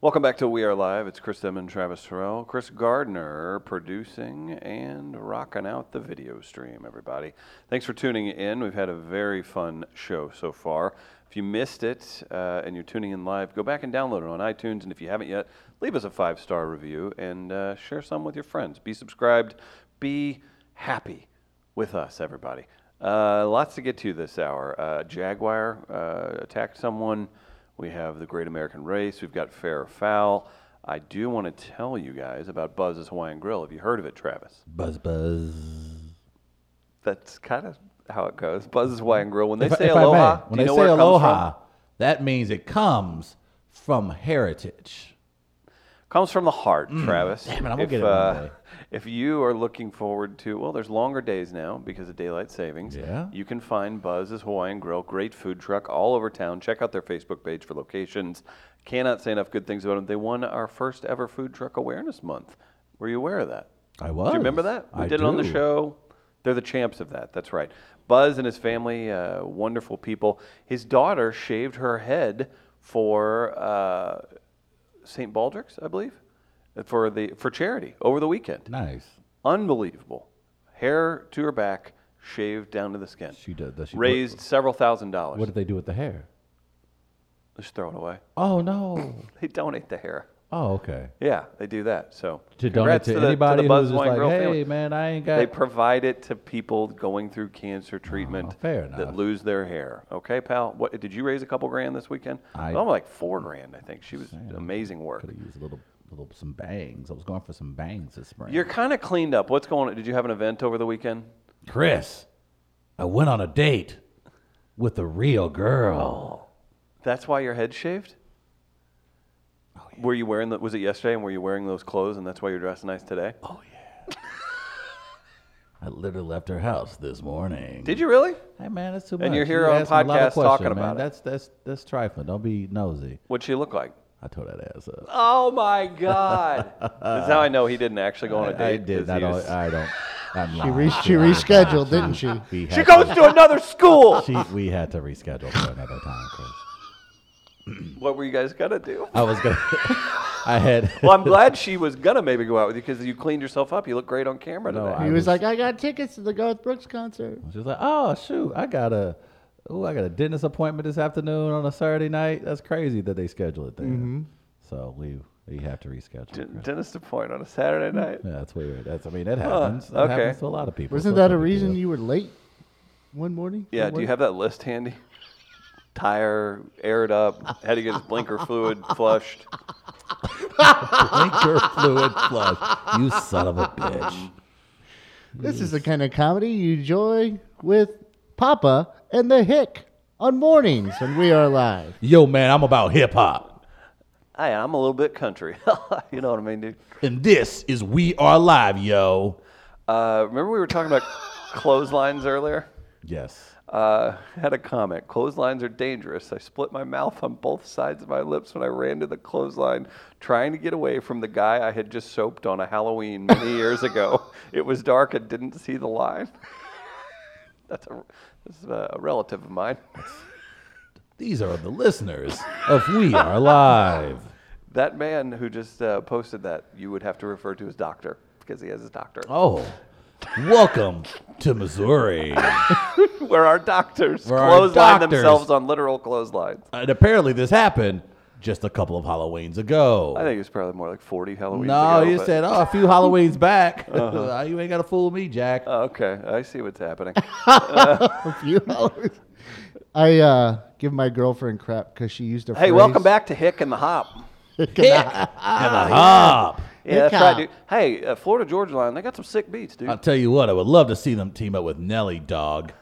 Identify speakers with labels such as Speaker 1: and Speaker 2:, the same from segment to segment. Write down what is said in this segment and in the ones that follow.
Speaker 1: Welcome back to We Are Live. It's Chris Demon, Travis Terrell, Chris Gardner producing and rocking out the video stream, everybody. Thanks for tuning in. We've had a very fun show so far. If you missed it uh, and you're tuning in live, go back and download it on iTunes. And if you haven't yet, leave us a five star review and uh, share some with your friends. Be subscribed. Be happy with us, everybody. Uh, lots to get to this hour. Uh, Jaguar uh, attacked someone. We have the Great American Race. We've got Fair or Foul. I do want to tell you guys about Buzz's Hawaiian Grill. Have you heard of it, Travis?
Speaker 2: Buzz buzz.
Speaker 1: That's kind of how it goes. Buzz's Hawaiian Grill. When they
Speaker 2: If I-
Speaker 1: say
Speaker 2: if I may,
Speaker 1: aloha, do
Speaker 2: when
Speaker 1: you
Speaker 2: I
Speaker 1: know
Speaker 2: say
Speaker 1: where it comes
Speaker 2: aloha, that means it comes from heritage.
Speaker 1: from? Comes from the heart, Travis.
Speaker 2: Mm. damn it, I'm gonna
Speaker 1: if, uh,
Speaker 2: get it one day.
Speaker 1: if you are looking forward to, well, there's longer days now because of daylight savings.
Speaker 2: Yeah.
Speaker 1: You can find Buzz's Hawaiian Grill, great food truck all over town. Check out their Facebook page for locations. Cannot say enough good things about them. They won our first ever Food Truck Awareness Month. Were you aware of that?
Speaker 2: I was.
Speaker 1: Do you remember that? We
Speaker 2: I
Speaker 1: did it on the
Speaker 2: do.
Speaker 1: show. They're the champs of that. That's right. Buzz and his family, uh, wonderful people. His daughter shaved her head for uh, St. Baldrick's, I believe, for the for charity over the weekend.
Speaker 2: Nice.
Speaker 1: Unbelievable. Hair to her back, shaved down to the skin.
Speaker 2: She did. Does she what-
Speaker 1: Raised several thousand dollars.
Speaker 2: What, did they do with the hair?
Speaker 1: Just throw it away.
Speaker 2: Oh no.
Speaker 1: They donate the hair.
Speaker 2: Oh okay.
Speaker 1: Yeah, they do that. So
Speaker 2: To
Speaker 1: congrats
Speaker 2: donate to,
Speaker 1: the-
Speaker 2: anybody
Speaker 1: the
Speaker 2: who's
Speaker 1: Buzz
Speaker 2: just
Speaker 1: Wine
Speaker 2: like,
Speaker 1: Grill
Speaker 2: hey
Speaker 1: family.
Speaker 2: man, I ain't
Speaker 1: They
Speaker 2: got.
Speaker 1: provide it to people going through cancer treatment
Speaker 2: Oh, fair
Speaker 1: that
Speaker 2: enough.
Speaker 1: lose their hair. Okay, pal. What did you raise a couple grand this weekend?
Speaker 2: I-
Speaker 1: am like four grand, I think. She was amazing work.
Speaker 2: Could have used a little, little some bangs. I was going for some bangs this spring.
Speaker 1: You're kind of cleaned up. What's going on? Did you have an event over the weekend?
Speaker 2: Chris, I went on a date with a real girl.
Speaker 1: That's why your head shaved.
Speaker 2: Oh,
Speaker 1: Were you wearing the, was it yesterday and were you wearing those clothes and that's why you're dressed nice today?
Speaker 2: Oh. I literally left her house this morning.
Speaker 1: Did you really?
Speaker 2: Hey man, that's too much.
Speaker 1: And you're here
Speaker 2: You
Speaker 1: on a
Speaker 2: asking a lot of
Speaker 1: podcast
Speaker 2: questions,
Speaker 1: talking
Speaker 2: man.
Speaker 1: about it.
Speaker 2: That's that's that's trifling. Don't be nosy.
Speaker 1: What'd she look like?
Speaker 2: I tore that ass up.
Speaker 1: Oh my God. That's how I know he didn't actually go on a date.
Speaker 2: I, I did.
Speaker 1: 'cause
Speaker 2: I
Speaker 1: he
Speaker 2: don't.
Speaker 1: was-
Speaker 2: I don't. I'm
Speaker 3: She,
Speaker 2: lying.
Speaker 3: re- she
Speaker 2: lied.
Speaker 3: rescheduled, didn't she?
Speaker 2: We
Speaker 1: she
Speaker 2: had
Speaker 1: goes
Speaker 2: to-
Speaker 1: to another school.
Speaker 2: She, we had to reschedule for another time, Chris.
Speaker 1: what were you guys gonna do?
Speaker 2: I was gonna. I had.
Speaker 1: well, I'm glad she was gonna maybe go out with you because you cleaned yourself up. You look great on camera
Speaker 2: No,
Speaker 1: today.
Speaker 2: I-
Speaker 3: He was like, I got tickets to the Garth Brooks concert.
Speaker 2: She's like, oh shoot, I got a, oh I got a dentist appointment this afternoon on a Saturday night. That's crazy that they scheduled it there.
Speaker 3: Mm-hmm.
Speaker 2: So we we have to reschedule.
Speaker 1: D-
Speaker 2: Chris.
Speaker 1: dentist appointment on a Saturday night.
Speaker 2: Yeah, that's weird. That's I mean that happens. That
Speaker 1: okay.
Speaker 2: happens to a lot of people.
Speaker 3: Wasn't
Speaker 2: So it's
Speaker 3: that
Speaker 2: no
Speaker 3: a
Speaker 2: big
Speaker 3: reason
Speaker 2: deal.
Speaker 3: you were late one morning? for
Speaker 1: Yeah. Do you
Speaker 3: work?
Speaker 1: have that list handy? Tire aired up. Had to get his blinker fluid flushed.
Speaker 2: blinker fluid flush? You son of a bitch.
Speaker 3: This is the kind of comedy you enjoy with Papa and the Hick on mornings when we are live.
Speaker 2: Yo, man, I'm about hip hop.
Speaker 1: Hey, I'm a little bit country. you know what I mean, dude.
Speaker 2: And this is We Are Live, yo.
Speaker 1: Uh, remember we were talking about clotheslines earlier.
Speaker 2: Yes.
Speaker 1: Uh, had a comment. Clotheslines are dangerous. I split my mouth on both sides of my lips when I ran to the clothesline trying to get away from the guy I had just soaped on a Halloween many years ago. It was dark and didn't see the line. That's a, this is a relative of mine.
Speaker 2: These are the listeners of We Are Live.
Speaker 1: That man who just uh, posted that, you would have to refer to as doctor because he has his doctor.
Speaker 2: Oh, welcome to Missouri.
Speaker 1: Where our doctors
Speaker 2: Where our
Speaker 1: clothesline
Speaker 2: doctors-
Speaker 1: themselves on literal clotheslines.
Speaker 2: And apparently, this happened just a couple of Halloweens ago.
Speaker 1: I think it was probably more like 40 Halloween.
Speaker 2: no,
Speaker 1: ago,
Speaker 2: you
Speaker 1: but-
Speaker 2: said, oh, a few Halloweens back. Uh, you ain't got to fool me, Jack.
Speaker 1: Oh, okay, I see what's happening.
Speaker 3: A few hours. I uh, give my girlfriend crap because she used a
Speaker 1: Hey, welcome back to Hick and the Hop.
Speaker 2: and a hop.
Speaker 1: Yeah,
Speaker 3: Hick
Speaker 1: that's right,
Speaker 3: Hop.
Speaker 1: dude. Hey, uh, Florida Georgia Line, they got some sick beats, dude.
Speaker 2: I'll tell you what, I would love to see them team up with Nelly Dog.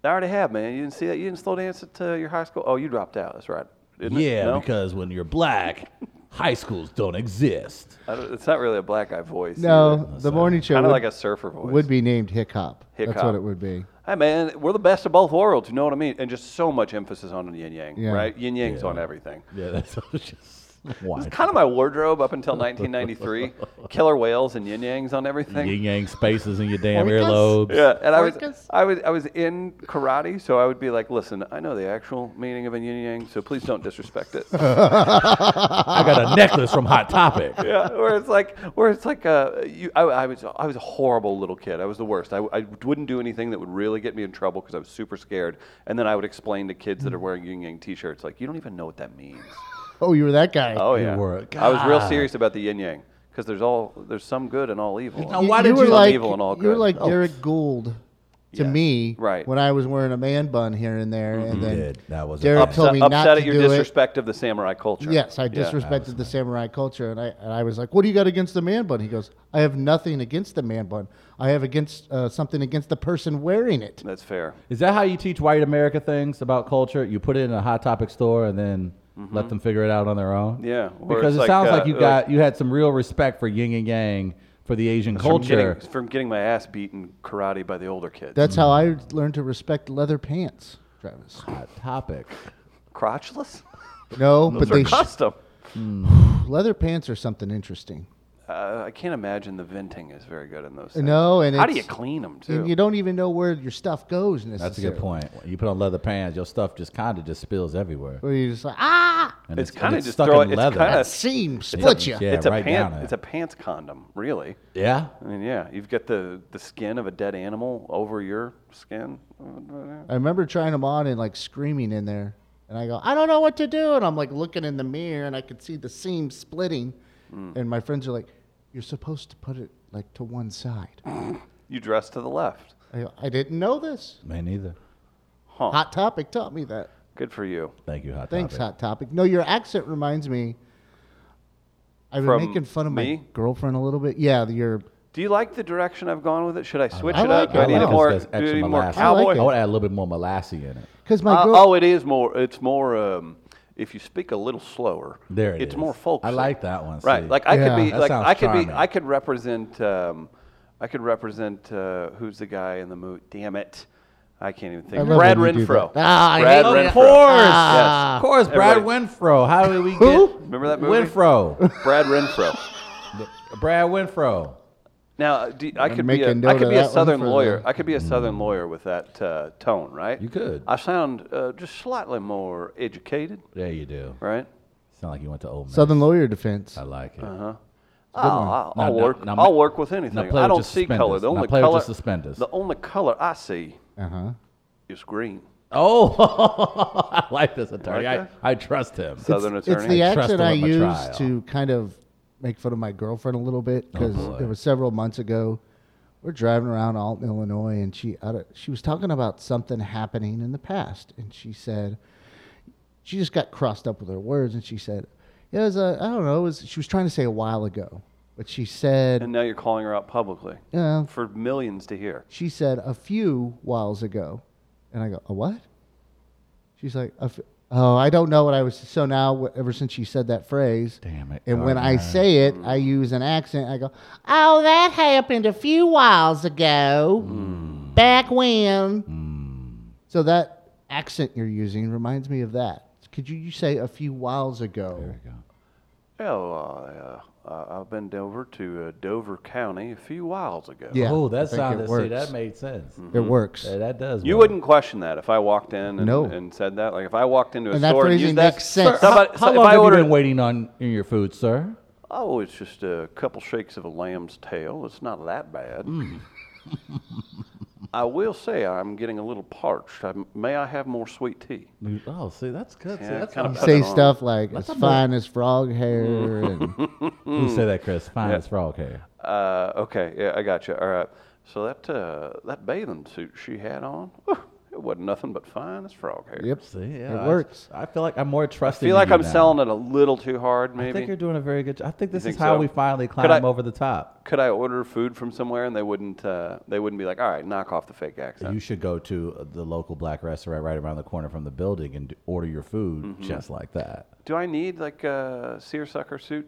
Speaker 1: they already have, man. You didn't see that? You didn't slow dance at uh, your high school? Oh, you dropped out. That's right. Isn't it?
Speaker 2: yeah,
Speaker 1: No?
Speaker 2: because when you're black, high schools don't exist.
Speaker 1: I don't- it's not really a black guy voice.
Speaker 3: No, the morning show
Speaker 1: Kind
Speaker 3: would,
Speaker 1: of like a surfer voice.
Speaker 3: would be named Hick Hop.
Speaker 1: Hick
Speaker 3: That's
Speaker 1: Hop.
Speaker 3: what it would be.
Speaker 1: Hey, man, we're the best of both worlds. You know what I mean? And just so much emphasis on yin yang,
Speaker 3: Yeah.
Speaker 1: right? Yin yang's on everything.
Speaker 2: Yeah, that's what it's just. Why?
Speaker 1: It's kind of my wardrobe up until 1993. Killer whales and yin yangs on everything.
Speaker 2: Yin yang spaces in your damn
Speaker 3: Orcas?
Speaker 2: earlobes.
Speaker 1: Yeah, and I was,
Speaker 3: Orcas?
Speaker 1: I was I was in karate, so I would be like, "Listen, I know the actual meaning of a yin yang, so please don't disrespect it."
Speaker 2: I got a necklace from Hot Topic.
Speaker 1: yeah, where it's like, where it's like, uh, you, I, I was, I was a horrible little kid. I was the worst. I, I wouldn't do anything that would really get me in trouble because I was super scared. And then I would explain to kids that are wearing yin yang t-shirts, like, you don't even know what that means.
Speaker 3: Oh, you were that guy.
Speaker 1: Oh
Speaker 2: You
Speaker 1: yeah,
Speaker 2: were-
Speaker 1: I was real
Speaker 2: God.
Speaker 1: serious about the yin yang because there's all, there's some good and all evil.
Speaker 2: Now, why did
Speaker 3: were
Speaker 2: you-
Speaker 1: Some
Speaker 3: like,
Speaker 1: evil and all
Speaker 3: You were
Speaker 1: good.
Speaker 3: like
Speaker 2: Oh.
Speaker 3: Derek Gould to
Speaker 1: Yes.
Speaker 3: me
Speaker 1: Right.
Speaker 3: when I was wearing a man bun here and there. And then
Speaker 2: did. That was a
Speaker 3: Derek
Speaker 2: bad-
Speaker 3: told me
Speaker 1: upset
Speaker 3: not
Speaker 1: at
Speaker 3: to
Speaker 1: your
Speaker 3: do it.
Speaker 1: disrespect of the samurai culture.
Speaker 3: Yes, I
Speaker 1: Yeah.
Speaker 3: disrespected the samurai culture, and I and I was like, "What do you got against the man bun?" He goes, "I have nothing against the man bun. I have against uh, something against the person wearing it."
Speaker 1: That's fair.
Speaker 2: Is that how you teach white America things about culture? You put it in a Hot Topic store and then let them figure it out on their own.
Speaker 1: Mm-hmm. Yeah, or
Speaker 2: because
Speaker 1: it's
Speaker 2: it
Speaker 1: like,
Speaker 2: sounds
Speaker 1: uh,
Speaker 2: like you
Speaker 1: like-
Speaker 2: got you had some real respect for yin and yang for the Asian
Speaker 1: From
Speaker 2: culture.
Speaker 1: getting, from getting my ass beaten karate by the older kids.
Speaker 3: That's how I learned to respect leather pants, Travis.
Speaker 2: Hot Topic.
Speaker 1: Crotchless?
Speaker 3: No, but
Speaker 1: They're
Speaker 3: they sh-
Speaker 1: custom.
Speaker 3: leather pants are something interesting.
Speaker 1: Uh, I can't imagine the venting is very good in those. Things.
Speaker 3: No, and
Speaker 1: how do
Speaker 3: it's-
Speaker 1: you clean them too?
Speaker 3: And you don't even know where your stuff goes
Speaker 2: That's a
Speaker 3: necessarily.
Speaker 2: good point. You put on leather pants, your stuff just kind of just spills everywhere.
Speaker 3: Where you're just like, ah,
Speaker 2: And
Speaker 1: It's
Speaker 2: and
Speaker 1: kinda just throw it- it's kinda-
Speaker 3: that seam split you.
Speaker 2: yeah.
Speaker 1: it's a
Speaker 2: right
Speaker 1: pant,
Speaker 2: down it.
Speaker 1: It's a pants condom, really.
Speaker 2: yeah.
Speaker 1: I mean, yeah, you've got the the skin of a dead animal over your skin.
Speaker 3: I remember trying them on and like screaming in there. And I go, I don't know what to do. And I'm like looking in the mirror and I could see the seam splitting.
Speaker 1: Mm.
Speaker 3: And my friends are like, You're supposed to put it like to one side. I,
Speaker 1: You dress to the left.
Speaker 3: go, I didn't know this.
Speaker 2: Me neither.
Speaker 1: Huh.
Speaker 3: Hot Topic taught me that.
Speaker 1: Good for you.
Speaker 2: Thank you, Hot
Speaker 3: Thanks,
Speaker 2: Topic.
Speaker 3: Hot Topic. No, your accent reminds me. I've been
Speaker 1: From
Speaker 3: making fun of my
Speaker 1: me?
Speaker 3: girlfriend a little bit. Yeah, your
Speaker 1: Do you like the direction I've gone with it? Should I switch
Speaker 3: I
Speaker 1: it up?
Speaker 3: like
Speaker 1: Do
Speaker 3: it.
Speaker 1: I need
Speaker 3: I
Speaker 1: a
Speaker 3: like
Speaker 1: more,
Speaker 2: this
Speaker 1: do I
Speaker 2: extra
Speaker 1: need more
Speaker 2: molasses.
Speaker 3: I like
Speaker 1: cowboy?
Speaker 3: it.
Speaker 2: I would add a little bit more molasses in it.
Speaker 3: because my
Speaker 1: Uh,
Speaker 3: girl.
Speaker 1: oh, it is more. It's more. Um, if you speak a little slower,
Speaker 2: There it
Speaker 1: it's
Speaker 2: is.
Speaker 1: more folksy.
Speaker 2: I like that one,
Speaker 1: Right,
Speaker 2: see.
Speaker 1: like I
Speaker 3: Yeah.
Speaker 1: could be,
Speaker 2: That
Speaker 1: like
Speaker 2: sounds
Speaker 1: I could be,
Speaker 2: charming.
Speaker 1: I could represent, um, I could represent uh, who's the guy in the movie? Damn it, I can't even think.
Speaker 3: I love
Speaker 1: Brad
Speaker 3: when you do
Speaker 1: Renfro.
Speaker 3: that. Ah, I
Speaker 1: Brad
Speaker 3: hate
Speaker 1: Renfro.
Speaker 3: it.
Speaker 2: Of course,
Speaker 1: Ah.
Speaker 2: of course, Brad Winfro. How did we get?
Speaker 3: Who?
Speaker 1: Remember that movie?
Speaker 2: Winfro,
Speaker 1: Brad Renfro.
Speaker 2: Brad Winfro.
Speaker 1: Now, do, I could
Speaker 3: make
Speaker 1: be a,
Speaker 3: a note
Speaker 1: I could
Speaker 3: of
Speaker 1: be a
Speaker 3: that one
Speaker 1: Southern
Speaker 3: for the-
Speaker 1: lawyer. I could be a Southern lawyer with that uh, tone, right?
Speaker 2: Mm-hmm. You could.
Speaker 1: I sound uh, just slightly more educated,
Speaker 2: There you do.
Speaker 1: right?
Speaker 2: Sound like you went to Old Miss.
Speaker 3: Southern Lawyer Defense.
Speaker 2: I like it.
Speaker 1: Oh, I'll,
Speaker 2: Now-
Speaker 1: I'll
Speaker 2: now-
Speaker 1: work.
Speaker 2: now
Speaker 1: I'll
Speaker 2: ma-
Speaker 1: work with
Speaker 2: now
Speaker 1: anything.
Speaker 2: play
Speaker 1: I
Speaker 2: with
Speaker 1: don't
Speaker 2: just
Speaker 1: see
Speaker 2: suspenders.
Speaker 1: color. The
Speaker 2: Now
Speaker 1: only
Speaker 2: play with
Speaker 1: color.
Speaker 2: just suspenders.
Speaker 1: The only color I see
Speaker 3: Uh huh.
Speaker 1: is green.
Speaker 2: Oh, I like this attorney.
Speaker 1: Like
Speaker 2: I,
Speaker 1: that?
Speaker 2: I trust him.
Speaker 1: Southern
Speaker 3: it's,
Speaker 1: attorney.
Speaker 3: It's the
Speaker 2: I trust
Speaker 3: accent
Speaker 2: him
Speaker 3: I
Speaker 2: at my
Speaker 3: use
Speaker 2: trial. Oh,
Speaker 3: to kind of make fun of my girlfriend a little bit because
Speaker 2: boy.
Speaker 3: it was several months ago. We're driving around Alton, Illinois, and she I don't- she was talking about something happening in the past, and she said she just got crossed up with her words, and she said it was a I don't know. It was she was trying to say a while ago, but she said
Speaker 1: and now you're calling her out publicly
Speaker 3: uh,
Speaker 1: for millions to hear.
Speaker 3: she said a few whiles ago, and I go a what? She's like a f- oh I don't know what I was. So now wh- ever since she said that phrase,
Speaker 2: Damn it.
Speaker 3: And when I
Speaker 2: Gardner.
Speaker 3: say it, I use an accent. I go, "Oh, that happened a few whiles ago,
Speaker 2: Hmm.
Speaker 3: back when." So that accent you're using reminds me of that. Could you, you say a few whiles ago?
Speaker 2: There you go.
Speaker 1: Well, uh, uh, I've been over to uh, Dover County a few whiles ago.
Speaker 3: Yeah,
Speaker 2: oh,
Speaker 3: I
Speaker 2: that
Speaker 3: think
Speaker 2: sounded.
Speaker 3: it
Speaker 2: See,
Speaker 3: works.
Speaker 2: that made sense.
Speaker 3: It works.
Speaker 2: Yeah, that does.
Speaker 1: Hmm. You
Speaker 2: work.
Speaker 1: wouldn't question that if I walked in and,
Speaker 3: No.
Speaker 1: and said that. Like if I walked into a
Speaker 3: And that
Speaker 1: store and
Speaker 3: phrasing
Speaker 1: used that.
Speaker 3: makes
Speaker 2: How,
Speaker 3: sense.
Speaker 1: Somebody,
Speaker 2: how
Speaker 1: uh, so
Speaker 2: long
Speaker 1: if I
Speaker 2: have
Speaker 1: ordered,
Speaker 2: you been waiting on in your food, sir?
Speaker 1: Oh, it's just a couple shakes of a lamb's tail. It's not that bad. I will say I'm getting a little parched. I, may I have more sweet tea?
Speaker 3: Mm.
Speaker 2: Oh, see, that's good.
Speaker 1: Yeah,
Speaker 2: see, that's
Speaker 1: kinda
Speaker 2: nice.
Speaker 3: You
Speaker 1: put
Speaker 3: say
Speaker 1: it on.
Speaker 3: stuff like
Speaker 2: That's
Speaker 3: "as
Speaker 2: a more-
Speaker 3: fine as frog hair," and
Speaker 2: Who
Speaker 1: hmm.
Speaker 2: said that, Chris? Fine as frog hair.
Speaker 1: Uh, okay, yeah, I got you. All right. So that uh, that bathing suit she had on, whew, it wasn't nothing but fine as frog hair.
Speaker 3: yep,
Speaker 2: See, yeah, I-
Speaker 3: works.
Speaker 2: I feel like I'm more trusting.
Speaker 1: Feel
Speaker 2: of
Speaker 1: like
Speaker 2: you
Speaker 1: I'm
Speaker 2: now.
Speaker 1: selling it a little too hard,
Speaker 2: I think
Speaker 1: maybe.
Speaker 2: you're doing a very good. job. I think this
Speaker 1: think
Speaker 2: is how
Speaker 1: so?
Speaker 2: we finally
Speaker 1: Could
Speaker 2: climb
Speaker 1: I-
Speaker 2: over the top.
Speaker 1: Could I order food from somewhere and they wouldn't? Uh, they wouldn't be like, "All right, knock off the fake accent."
Speaker 2: You should go to the local black restaurant right around the corner from the building and order your food
Speaker 1: Mm-hmm.
Speaker 2: just like that.
Speaker 1: Do I need like a seersucker suit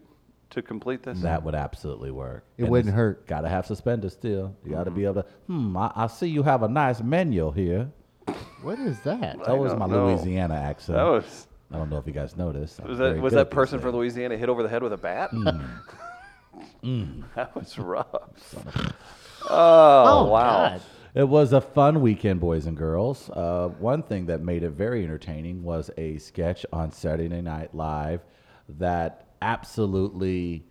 Speaker 1: to complete this?
Speaker 2: That would absolutely work.
Speaker 3: It wouldn't
Speaker 2: it's
Speaker 3: hurt.
Speaker 2: Gotta have suspenders still. You gotta
Speaker 1: Mm-hmm.
Speaker 2: be able to. Hmm. I, I see you have a nice menu here.
Speaker 3: What is that?
Speaker 1: I
Speaker 2: That was
Speaker 1: don't
Speaker 2: my
Speaker 1: know.
Speaker 2: Louisiana accent.
Speaker 1: That was
Speaker 2: I don't know if you guys noticed. I'm
Speaker 1: Was
Speaker 2: very
Speaker 1: that, was
Speaker 2: good Hmm. at
Speaker 1: that
Speaker 2: these
Speaker 1: person from
Speaker 2: things.
Speaker 1: Louisiana hit over the head with a bat?
Speaker 2: Hmm.
Speaker 1: that was rough. Oh, wow.
Speaker 3: God.
Speaker 2: It was a fun weekend, boys and girls. Uh, one thing that made it very entertaining was a sketch on Saturday Night Live that absolutely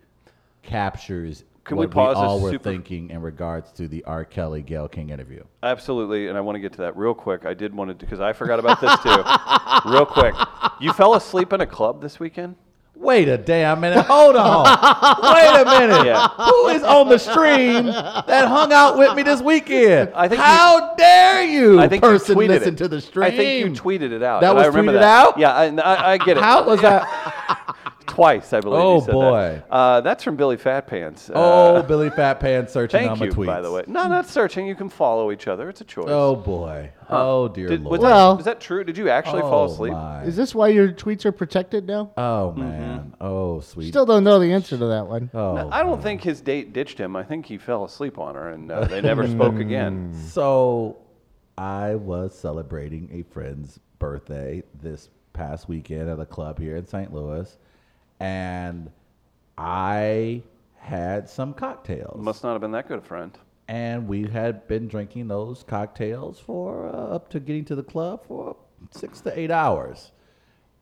Speaker 2: captures
Speaker 1: Can we
Speaker 2: what
Speaker 1: pause this
Speaker 2: all were
Speaker 1: super-
Speaker 2: thinking in regards to the R. Kelly Gail King interview.
Speaker 1: Absolutely, and I want to get to that real quick. I did want to because I forgot about this too. real quick, you fell asleep in a club this weekend.
Speaker 2: Wait a damn minute. Hold on. Wait a minute.
Speaker 1: Yeah.
Speaker 2: Who is on the stream that hung out with me this weekend?
Speaker 1: I think
Speaker 2: How dare you,
Speaker 1: I think
Speaker 2: person
Speaker 1: you tweeted
Speaker 2: listen
Speaker 1: it.
Speaker 2: to the stream?
Speaker 1: I think you tweeted it out.
Speaker 2: That
Speaker 1: and
Speaker 2: was
Speaker 1: I remember
Speaker 2: tweeted
Speaker 1: that.
Speaker 2: out?
Speaker 1: Yeah, I, I, I get it.
Speaker 2: How was that?
Speaker 1: Twice, I believe.
Speaker 2: Oh,
Speaker 1: you said that.
Speaker 2: boy.
Speaker 1: Uh, that's from Billy Fat Pants.
Speaker 2: Oh,
Speaker 1: Uh,
Speaker 2: Billy Fat Pants searching
Speaker 1: thank
Speaker 2: on my
Speaker 1: you,
Speaker 2: tweets.
Speaker 1: by the way. No, not searching. You can follow each other. It's a choice.
Speaker 2: Oh boy. Oh dear
Speaker 1: Did, was
Speaker 2: lord.
Speaker 1: that,
Speaker 3: Well-
Speaker 1: is that true? Did you actually
Speaker 2: oh,
Speaker 1: fall asleep? Mm-hmm.
Speaker 2: my.
Speaker 3: Is this why your tweets are protected now?
Speaker 2: Oh man. Oh sweet.
Speaker 3: Still don't know the answer to that one.
Speaker 2: oh.
Speaker 1: I don't think his date ditched him. I think he fell asleep on her, and uh, they never spoke again.
Speaker 2: So I was celebrating a friend's birthday this past weekend at a club here in St. Louis, and I had some cocktails.
Speaker 1: Must not have been that good a friend.
Speaker 2: and we had been drinking those cocktails for uh, up to getting to the club for six to eight hours.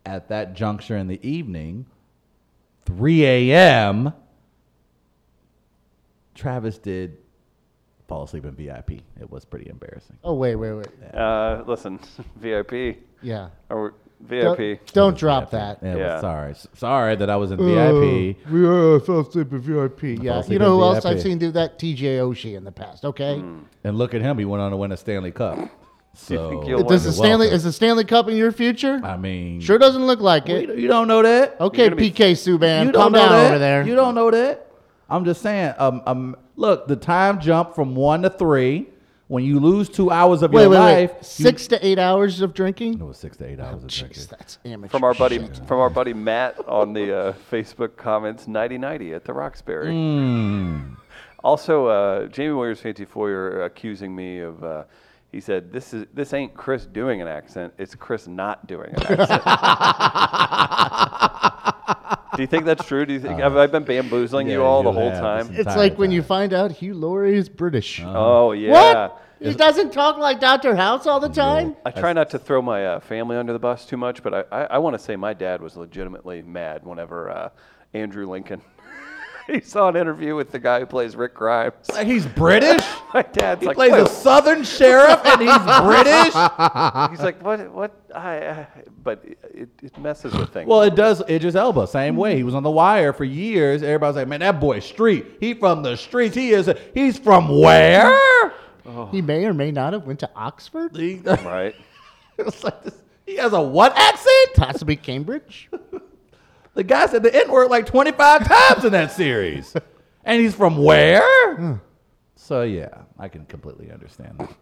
Speaker 2: At that juncture in the evening, 3 a.m., Travis did fall asleep in VIP. It was pretty embarrassing.
Speaker 3: Oh wait, wait, wait.
Speaker 1: Uh, listen, VIP.
Speaker 3: Yeah.
Speaker 1: Or
Speaker 3: Don't,
Speaker 1: VIP.
Speaker 3: don't drop that.
Speaker 2: Yeah,
Speaker 1: Yeah.
Speaker 2: Well, sorry. S- Sorry that I was in VIP.
Speaker 3: Uh, we are asleep in VIP. Yeah.
Speaker 2: asleep
Speaker 3: You know who
Speaker 2: in
Speaker 3: else I've
Speaker 2: VIP.
Speaker 3: seen do that? TJ Oshie in the past. Okay.
Speaker 1: Hmm.
Speaker 2: And look at him. He went on to win a Stanley Cup. So,
Speaker 1: you'll win? Does
Speaker 3: Does the
Speaker 1: the
Speaker 3: Stanley is the Stanley Cup in your future?
Speaker 2: I mean,
Speaker 3: Sure doesn't look like
Speaker 2: we-
Speaker 3: it.
Speaker 2: you don't know that.
Speaker 3: Okay,
Speaker 1: You're gonna be-
Speaker 3: PK
Speaker 2: You
Speaker 3: Subban,
Speaker 2: don't
Speaker 3: calm
Speaker 2: know
Speaker 3: down
Speaker 2: that.
Speaker 3: over there.
Speaker 2: You don't know that. I'm just saying. Um, um, look, the time jump from one to three. When you lose two hours of
Speaker 3: wait,
Speaker 2: your
Speaker 3: wait,
Speaker 2: life,
Speaker 3: wait.
Speaker 2: you-
Speaker 3: Six to eight hours of
Speaker 2: it
Speaker 3: drinking.
Speaker 2: was six to eight hours of drinking.
Speaker 3: Jeez, that's amateur.
Speaker 1: from our buddy
Speaker 3: shit.
Speaker 1: from our buddy Matt on the uh, Facebook comments 9090 at the Roxbury. Also, uh, Jamie Warriors Fancy Foyer accusing me of. Uh, he said, "This is this ain't Chris doing an accent. It's Chris not doing an accent." Do you think that's true? Do you think have I been bamboozling you
Speaker 2: yeah,
Speaker 1: all the
Speaker 2: you
Speaker 1: whole
Speaker 2: have.
Speaker 1: time?
Speaker 3: It's
Speaker 2: Entire
Speaker 3: like when you
Speaker 2: time.
Speaker 3: find out Hugh Laurie is British.
Speaker 1: Oh yeah.
Speaker 3: What? He doesn't talk like Dr. House all the time?
Speaker 1: I try not to throw my uh, family under the bus too much, but I, I, I want to say my dad was legitimately mad whenever uh, Andrew Lincoln. he saw an interview with the guy who plays Rick Grimes.
Speaker 2: Like he's British.
Speaker 1: My dad's
Speaker 2: he
Speaker 1: like,
Speaker 2: plays
Speaker 1: "Wait,
Speaker 2: a Southern sheriff and he's British.
Speaker 1: he's like, what? What? I, I but it, it messes with things.
Speaker 2: Well, it does. Idris Elba, same way. He was on the wire for years. Everybody's like, man, that boy's street. He from the streets. He is. He's from where?
Speaker 3: He may or may not have went to Oxford,
Speaker 2: He,
Speaker 1: right?
Speaker 2: it's like this, he has a what accent?
Speaker 3: possibly Cambridge.
Speaker 2: The guy said the N word like 25 times in that series. And he's from where? so, yeah, I can completely understand that.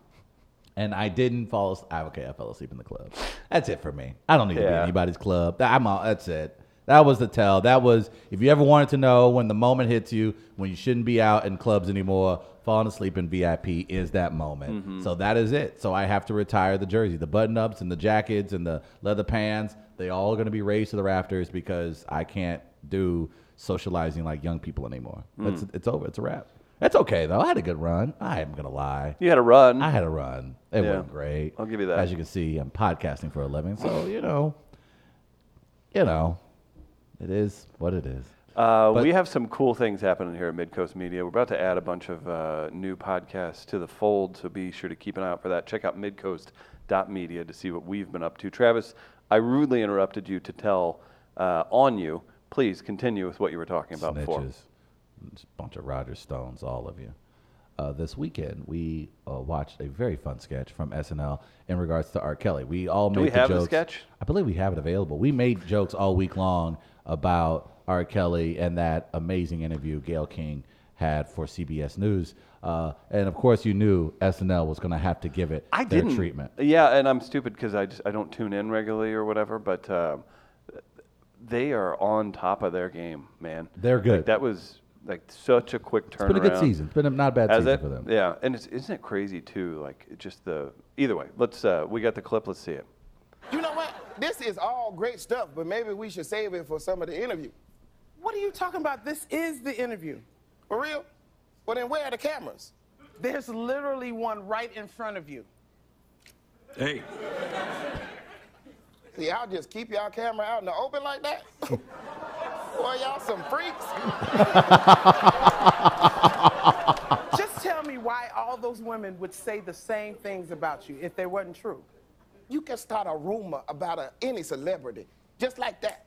Speaker 2: And I didn't fall asleep. Okay, I fell asleep in the club. That's it for me. I don't need to be in
Speaker 1: Yeah.
Speaker 2: anybody's club. That- I'm all, that's it. That was the tell. That was, if you ever wanted to know when the moment hits you, when you shouldn't be out in clubs anymore, falling asleep in VIP is that moment. So that is it. So I have to retire the jersey. The button ups and the jackets and the leather pants, they all going to be raised to the rafters because I can't do socializing like young people anymore. It's, it's over. It's a wrap. That's okay, though. I had a good run. I am going to lie.
Speaker 1: You had a run.
Speaker 2: I had a run. It
Speaker 1: Yeah.
Speaker 2: went great.
Speaker 1: I'll give you that.
Speaker 2: As you can see, I'm podcasting for a living, so you know, you know, it is what it is.
Speaker 1: Uh, we have some cool things happening here at Midcoast Media. We're about to add a bunch of uh, new podcasts to the fold, so be sure to keep an eye out for that. Check out midcoast.media to see what we've been up to. Travis, I rudely interrupted you to tell uh, on you. Please continue with what you were talking about before.
Speaker 2: Snitches, Just a bunch of Roger Stones, all of you. Uh, this weekend, we uh, watched a very fun sketch from SNL in regards to R. Kelly. We all made
Speaker 1: we
Speaker 2: the
Speaker 1: have the
Speaker 2: jokes.
Speaker 1: sketch?
Speaker 2: I believe we have it available. We made jokes all week long about R. Kelly and that amazing interview Gail King had for CBS News. Uh, and of course, you knew SNL was going to have to give it
Speaker 1: I
Speaker 2: their
Speaker 1: didn't.
Speaker 2: treatment.
Speaker 1: Yeah, and I'm stupid because I just I don't tune in regularly or whatever. But um, they are on top of their game, man.
Speaker 2: They're
Speaker 1: Like,
Speaker 2: good.
Speaker 1: that was like such a quick turnaround.
Speaker 2: It's been a good season. It's been a, not a bad
Speaker 1: Has
Speaker 2: season
Speaker 1: it?
Speaker 2: for them.
Speaker 1: Yeah, and it's, isn't it crazy too? Like it just the either way. Let's uh, we got the clip. Let's see it.
Speaker 4: You know what? this is all great stuff, but maybe we should save it for some of the interview.
Speaker 5: What are you talking about? This is the interview.
Speaker 4: For real? Well, then where are the cameras?
Speaker 5: There's literally one right in front of you.
Speaker 6: Hey,
Speaker 4: See, I'll just keep y'all camera out in the open like that. Boy, y'all some freaks.
Speaker 5: Just tell me why all those women would say the same things about you if they wasn't true.
Speaker 4: You can start a rumor about a, any celebrity just like that.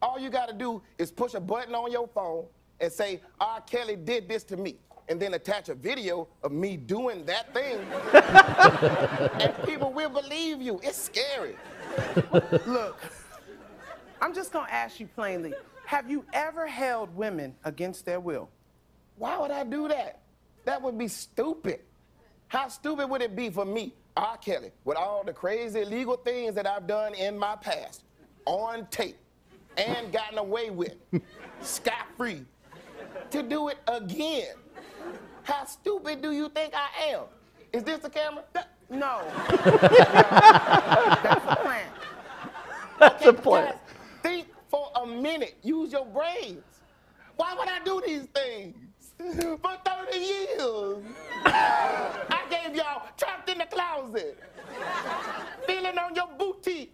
Speaker 4: All you got to do is push a button on your phone and say, R. Kelly did this to me, and then attach a video of me doing that thing. and people will believe you. It's scary.
Speaker 5: Look, I'm just gonna ask you plainly have you ever held women against their will?
Speaker 4: Why would I do that? That would be stupid. How stupid would it be for me, R. Kelly, with all the crazy illegal things that I've done in my past, on tape, and gotten away with, scot free, to do it again? How stupid do you think I am? Is this the camera? Th-
Speaker 5: No. That's the plan.
Speaker 4: That's a plan. Think for a minute. Use your brains. Why would I do these things? For 30 years. I gave y'all trapped in the closet. Feeling on your boutique.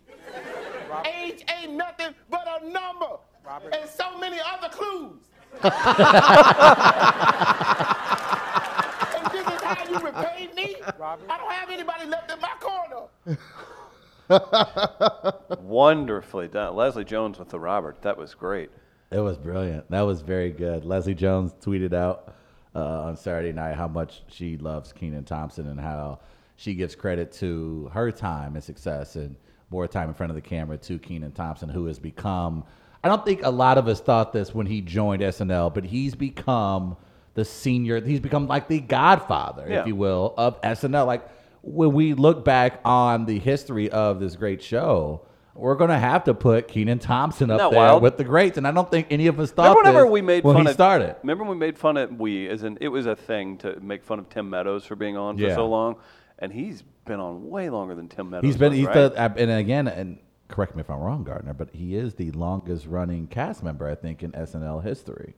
Speaker 4: Age ain't nothing but a number.
Speaker 5: Robert.
Speaker 4: And so many other clues. and this is how you repay me?
Speaker 5: Robert.
Speaker 4: I don't have anybody left in my corner.
Speaker 1: Wonderfully done. Leslie Jones with the Robert. That was great.
Speaker 2: It was brilliant. That was very good. Leslie Jones tweeted out uh, on Saturday night how much she loves Keenan Thompson and how she gives credit to her time and success and more time in front of the camera to Keenan Thompson, who has become. I don't think a lot of us thought this when he joined SNL, but he's become the senior. He's become like the godfather,
Speaker 1: Yeah.
Speaker 2: if you will, of SNL. Like when we look back on the history of this great show, we're gonna have to put Keenan Thompson up
Speaker 1: Not
Speaker 2: there
Speaker 1: wild.
Speaker 2: with the greats, and I don't think any of us thought.
Speaker 1: Remember whenever
Speaker 2: this
Speaker 1: we made
Speaker 2: when
Speaker 1: fun
Speaker 2: he
Speaker 1: of
Speaker 2: started.
Speaker 1: Remember when we made fun of we as in it was a thing to make fun of Tim Meadows for being on for
Speaker 2: Yeah.
Speaker 1: so long, and he's been on way longer than Tim Meadows.
Speaker 2: He's been
Speaker 1: was,
Speaker 2: he's
Speaker 1: right?
Speaker 2: the uh, and again and correct me if I'm wrong, Gardner, but he is the longest running cast member I think in SNL history.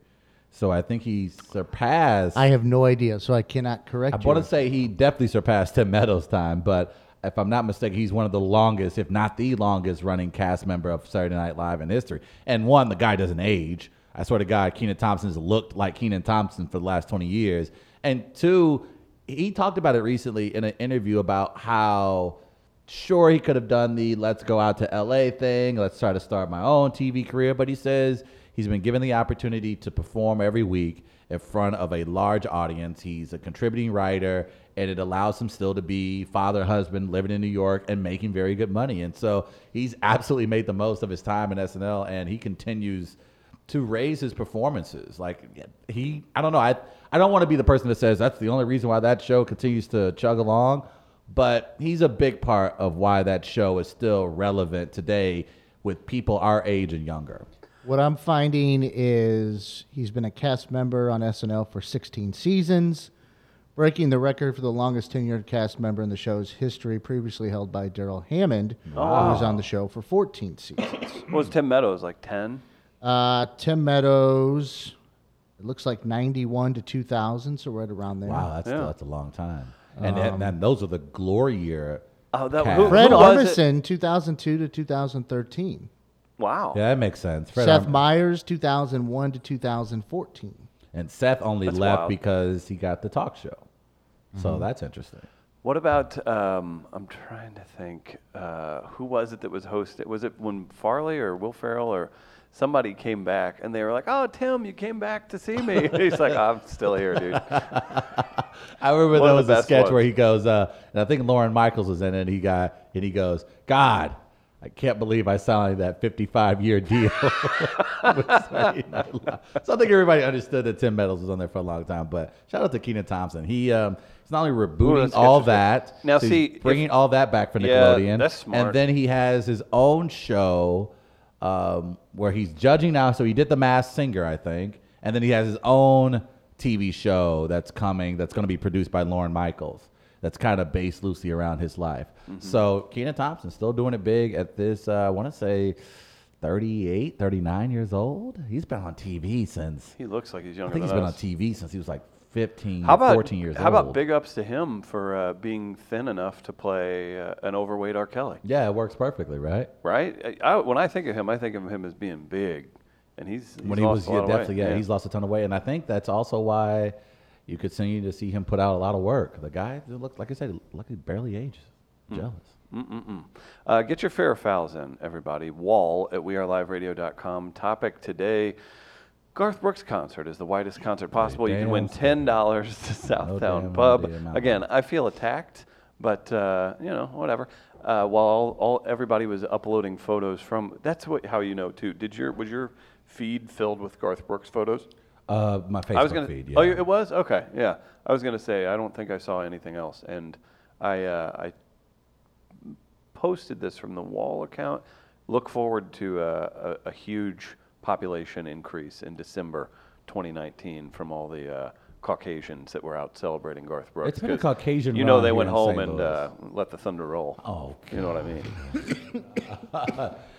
Speaker 2: So I think he surpassed.
Speaker 3: I have no idea, so I cannot correct
Speaker 2: I
Speaker 3: you.
Speaker 2: want to say he definitely surpassed Tim Meadows' time, but if I'm not mistaken, he's one of the longest, if not the longest, running cast member of Saturday Night Live in history. And one, the guy doesn't age. I swear to God, Keenan Thompson's looked like Keenan Thompson for the last 20 years. And two, he talked about it recently in an interview about how sure he could have done the let's go out to LA thing, let's try to start my own TV career, but he says he's been given the opportunity to perform every week in front of a large audience. He's a contributing writer and it allows him still to be father, husband, living in New York and making very good money. And so he's absolutely made the most of his time in SNL and he continues to raise his performances. Like he, I don't know. I I don't want to be the person that says that's the only reason why that show continues to chug along, but he's a big part of why that show is still relevant today with people our age and younger.
Speaker 3: What I'm finding is he's been a cast member on SNL for 16 seasons, breaking the record for the longest tenured cast member in the show's history, previously held by Daryl Hammond, who was on the show for 14 seasons.
Speaker 1: What was Tim Meadows like ten?
Speaker 3: Uh, Tim Meadows, it looks like 91 to 2000, so right around there.
Speaker 2: Wow, that's
Speaker 1: Yeah.
Speaker 2: that's a long time. And and, and those are the glory year.
Speaker 1: Oh, that
Speaker 2: Cat.
Speaker 1: who,
Speaker 3: Fred
Speaker 1: who was it?
Speaker 3: Armisen, 2002 to 2013.
Speaker 1: Wow.
Speaker 2: Yeah, that makes sense. Fred
Speaker 3: Seth
Speaker 2: Arm-
Speaker 3: Meyers, 2001 to 2014.
Speaker 2: and Seth only
Speaker 1: That's
Speaker 2: left
Speaker 1: wild.
Speaker 2: because he got the talk show. So that's interesting.
Speaker 1: What about? Um, I'm trying to think. Uh, who was it that was hosted? Was it when Farley or Will Ferrell or somebody came back and they were like, "Oh, Tim, you came back to see me." He's like, "I'm still here, dude."
Speaker 2: I remember
Speaker 1: One of
Speaker 2: there
Speaker 1: the
Speaker 2: was a
Speaker 1: best
Speaker 2: sketch where
Speaker 1: ones.
Speaker 2: he goes, uh, and I think Lauren Michaels was in it. And he got and he goes, God, I can't believe I signed that 55 year deal. with Saturday Night Live." so I think everybody understood that Tim Meadows was on there for a long time. But shout out to Keenan Thompson. He um, he's not only
Speaker 1: that
Speaker 2: rebooting
Speaker 1: sketch
Speaker 2: all
Speaker 1: was good.
Speaker 2: that,
Speaker 1: Now,
Speaker 2: so he's
Speaker 1: see, if-
Speaker 2: bringing all that back for
Speaker 1: Yeah,
Speaker 2: Nickelodeon.
Speaker 1: that's smart.
Speaker 2: And then he has his own show um, where he's judging now. So he did The Masked Singer, I think, and then he has his own TV show that's coming that's going to be produced by Lauren Michaels. that's kind of based loosely around his life.
Speaker 1: Mm-hmm.
Speaker 2: So Keenan Thompson still doing it big at this, uh, I want to say 38, 39 years old. He's been on TV since,
Speaker 1: He looks like he's
Speaker 2: I
Speaker 1: younger
Speaker 2: think he's
Speaker 1: than
Speaker 2: been on
Speaker 1: us.
Speaker 2: TV since he was like 15,
Speaker 1: how about
Speaker 2: 14 years
Speaker 1: how
Speaker 2: old.
Speaker 1: about big ups to him for uh, being thin enough to play uh, an overweight R. Kelly?
Speaker 2: Yeah, it works perfectly, right?
Speaker 1: Right? I, I, when I think of him, I think of him as being big, and he's, he's
Speaker 2: when he
Speaker 1: lost
Speaker 2: was
Speaker 1: a
Speaker 2: yeah,
Speaker 1: lot of weight.
Speaker 2: definitely yeah, he's lost a ton of weight, and I think that's also why you continue to see him put out a lot of work. The guy it looked like I said, look he barely ages.
Speaker 1: Hmm.
Speaker 2: Jealous.
Speaker 1: Mm-mm-mm. Uh, get your fair fouls in, everybody. Wall at weareliveradio.com. Topic today Garth Brooks concert is the widest concert possible. You can win $10 to Southtown
Speaker 2: damn
Speaker 1: Pub.
Speaker 2: idea, Malcolm.
Speaker 1: Again, I feel attacked, but, uh, you know, whatever. Uh, while all, all everybody was uploading photos from, that's what how you know too. Did your was your feed filled with Garth Brooks photos?
Speaker 2: Uh, my Facebook
Speaker 1: I was gonna.
Speaker 2: feed.
Speaker 1: Oh
Speaker 2: Yeah.
Speaker 1: Oh, it was okay. Yeah, I was gonna say I don't think I saw anything else, and I uh, I posted this from the Wall account. Look forward to uh, a, a huge population increase in December 2019 from all the uh, Caucasians that were out celebrating Garth Brooks.
Speaker 2: It's been a
Speaker 1: 'cause
Speaker 2: Caucasian
Speaker 1: You know
Speaker 2: run
Speaker 1: they
Speaker 2: here
Speaker 1: went
Speaker 2: in
Speaker 1: home
Speaker 2: St.
Speaker 1: and
Speaker 2: Louis.
Speaker 1: uh, let the thunder roll.
Speaker 2: Oh,
Speaker 1: you know what I mean?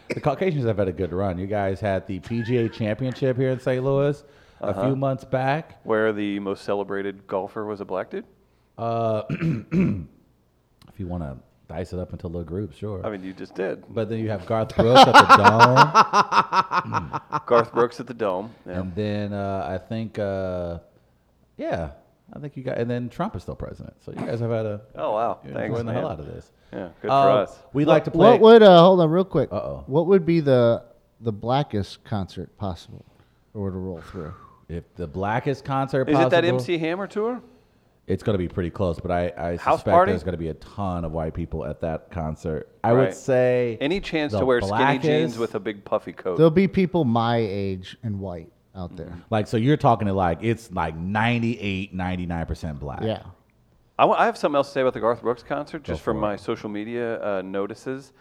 Speaker 2: the Caucasians have had a good run. You guys had the PGA Championship here in St. Louis
Speaker 1: Uh-huh.
Speaker 2: a few months back.
Speaker 1: Where the most celebrated golfer was a black dude.
Speaker 2: If you want to dice it up into little groups, sure.
Speaker 1: I mean, you just did.
Speaker 2: but then you have Garth Brooks at the Dome,
Speaker 1: Garth Brooks at the Dome. Yeah.
Speaker 2: and then uh, I think, uh, yeah, I think you got, and then Trump is still president. So you guys have had a
Speaker 1: Oh wow!
Speaker 2: You're
Speaker 1: Thanks,
Speaker 2: enjoying the hell
Speaker 1: man.
Speaker 2: out of this.
Speaker 1: Yeah, good for
Speaker 2: Uh,
Speaker 1: us.
Speaker 2: We like to play.
Speaker 3: What would uh, hold on real quick?
Speaker 2: Uh-oh.
Speaker 3: What would be the the blackest concert possible, or to roll through?
Speaker 2: if the blackest concert
Speaker 1: Is
Speaker 2: possible,
Speaker 1: it that MC Hammer tour?
Speaker 2: It's going to be pretty close, but I, I
Speaker 1: House
Speaker 2: suspect
Speaker 1: party?
Speaker 2: there's going to be a ton of white people at that concert. I
Speaker 1: Right.
Speaker 2: would say
Speaker 1: Any chance
Speaker 2: the
Speaker 1: to wear skinny jeans
Speaker 2: blackest-
Speaker 1: with a big puffy coat?
Speaker 3: There'll be people my age and white out there.
Speaker 2: like so you're talking to like it's like 98, 99 percent black.
Speaker 3: Yeah.
Speaker 1: I wa- I have something else to say about the Garth Brooks concert, just from
Speaker 2: for it.
Speaker 1: my social media uh, notices.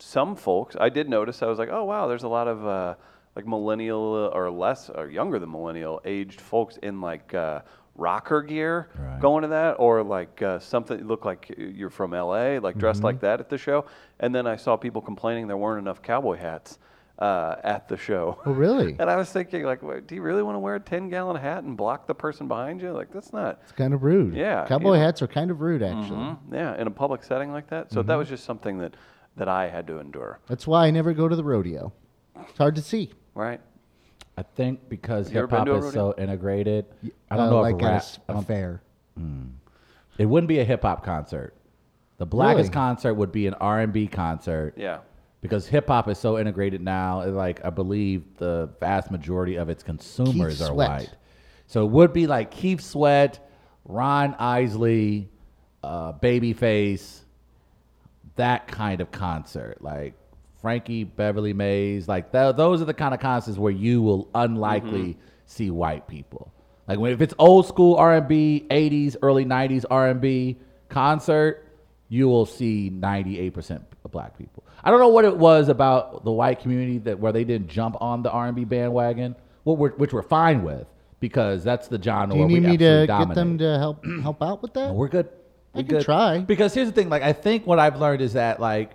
Speaker 1: Some folks, I did notice, I was like, oh wow, there's a lot of uh, like millennial uh, or less or younger than millennial aged folks in like uh, rocker gear
Speaker 2: Right.
Speaker 1: going to that, or like uh, something look like you're from LA, like dressed like
Speaker 2: Mm-hmm.
Speaker 1: that at the show. And then I saw people complaining there weren't enough cowboy hats uh, at the show.
Speaker 3: Oh, really?
Speaker 1: And I was thinking, like, wait, do you really want to wear a 10 gallon hat and block the person behind you? Like, that's not,
Speaker 3: It's kind of rude.
Speaker 1: Yeah,
Speaker 3: Cowboy
Speaker 1: yeah.
Speaker 3: hats are kind of rude, actually.
Speaker 2: Mm-hmm.
Speaker 1: yeah, in a public setting like that. So that was just something that, that I had to endure,
Speaker 3: That's why I never go to the rodeo. It's hard to see.
Speaker 1: right?
Speaker 2: I think because
Speaker 1: You ever
Speaker 2: hip
Speaker 1: been
Speaker 2: hop
Speaker 1: to a
Speaker 2: is so integrated. I don't
Speaker 3: Uh,
Speaker 2: know
Speaker 3: like
Speaker 2: if
Speaker 3: at a
Speaker 2: rap.
Speaker 3: s-
Speaker 2: I
Speaker 3: a
Speaker 2: don't-
Speaker 3: fair.
Speaker 2: it wouldn't be a hip hop concert. The blackest
Speaker 3: Really?
Speaker 2: concert would be an R and B concert.
Speaker 1: Yeah.
Speaker 2: because hip hop is so integrated now. and, Like I believe the vast majority of its consumers
Speaker 3: Keith
Speaker 2: are
Speaker 3: Sweat.
Speaker 2: white, so it would be like Keith Sweat, Ron Isley, uh, Babyface, that kind of concert, like Frankie Beverly Mays. Like tho- those are the kind of concerts where you will unlikely see white people. Like when, if it's old school R and B, '80s, early '90s R and B concert, you will see 98% of black people. I don't know what it was about the white community that where they didn't jump on the R&B bandwagon, what we're, which we're fine with because that's the genre
Speaker 3: Do you
Speaker 2: where we
Speaker 3: need me
Speaker 2: absolutely
Speaker 3: to
Speaker 2: dominate.
Speaker 3: get them to help help out with that?
Speaker 2: No, we're good.
Speaker 3: I
Speaker 2: We're
Speaker 3: can
Speaker 2: good.
Speaker 3: try.
Speaker 2: Because here's the thing, like I think what I've learned is that like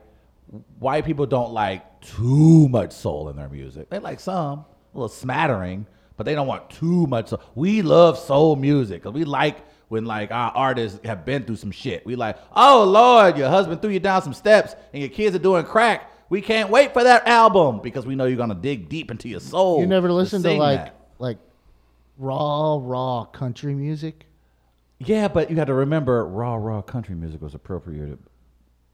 Speaker 2: white people don't like too much soul in their music. They like some, a little smattering, but they don't want too much soul. We love soul music because we like when like our artists have been through some shit. We like, oh Lord, your husband threw you down some steps and your kids are doing crack. We can't wait for that album because we know you're gonna dig deep into your soul.
Speaker 3: you never listen to
Speaker 2: sing
Speaker 3: like
Speaker 2: that.
Speaker 3: like raw raw country music.
Speaker 2: Yeah, but you had to remember raw, raw country music was appropriated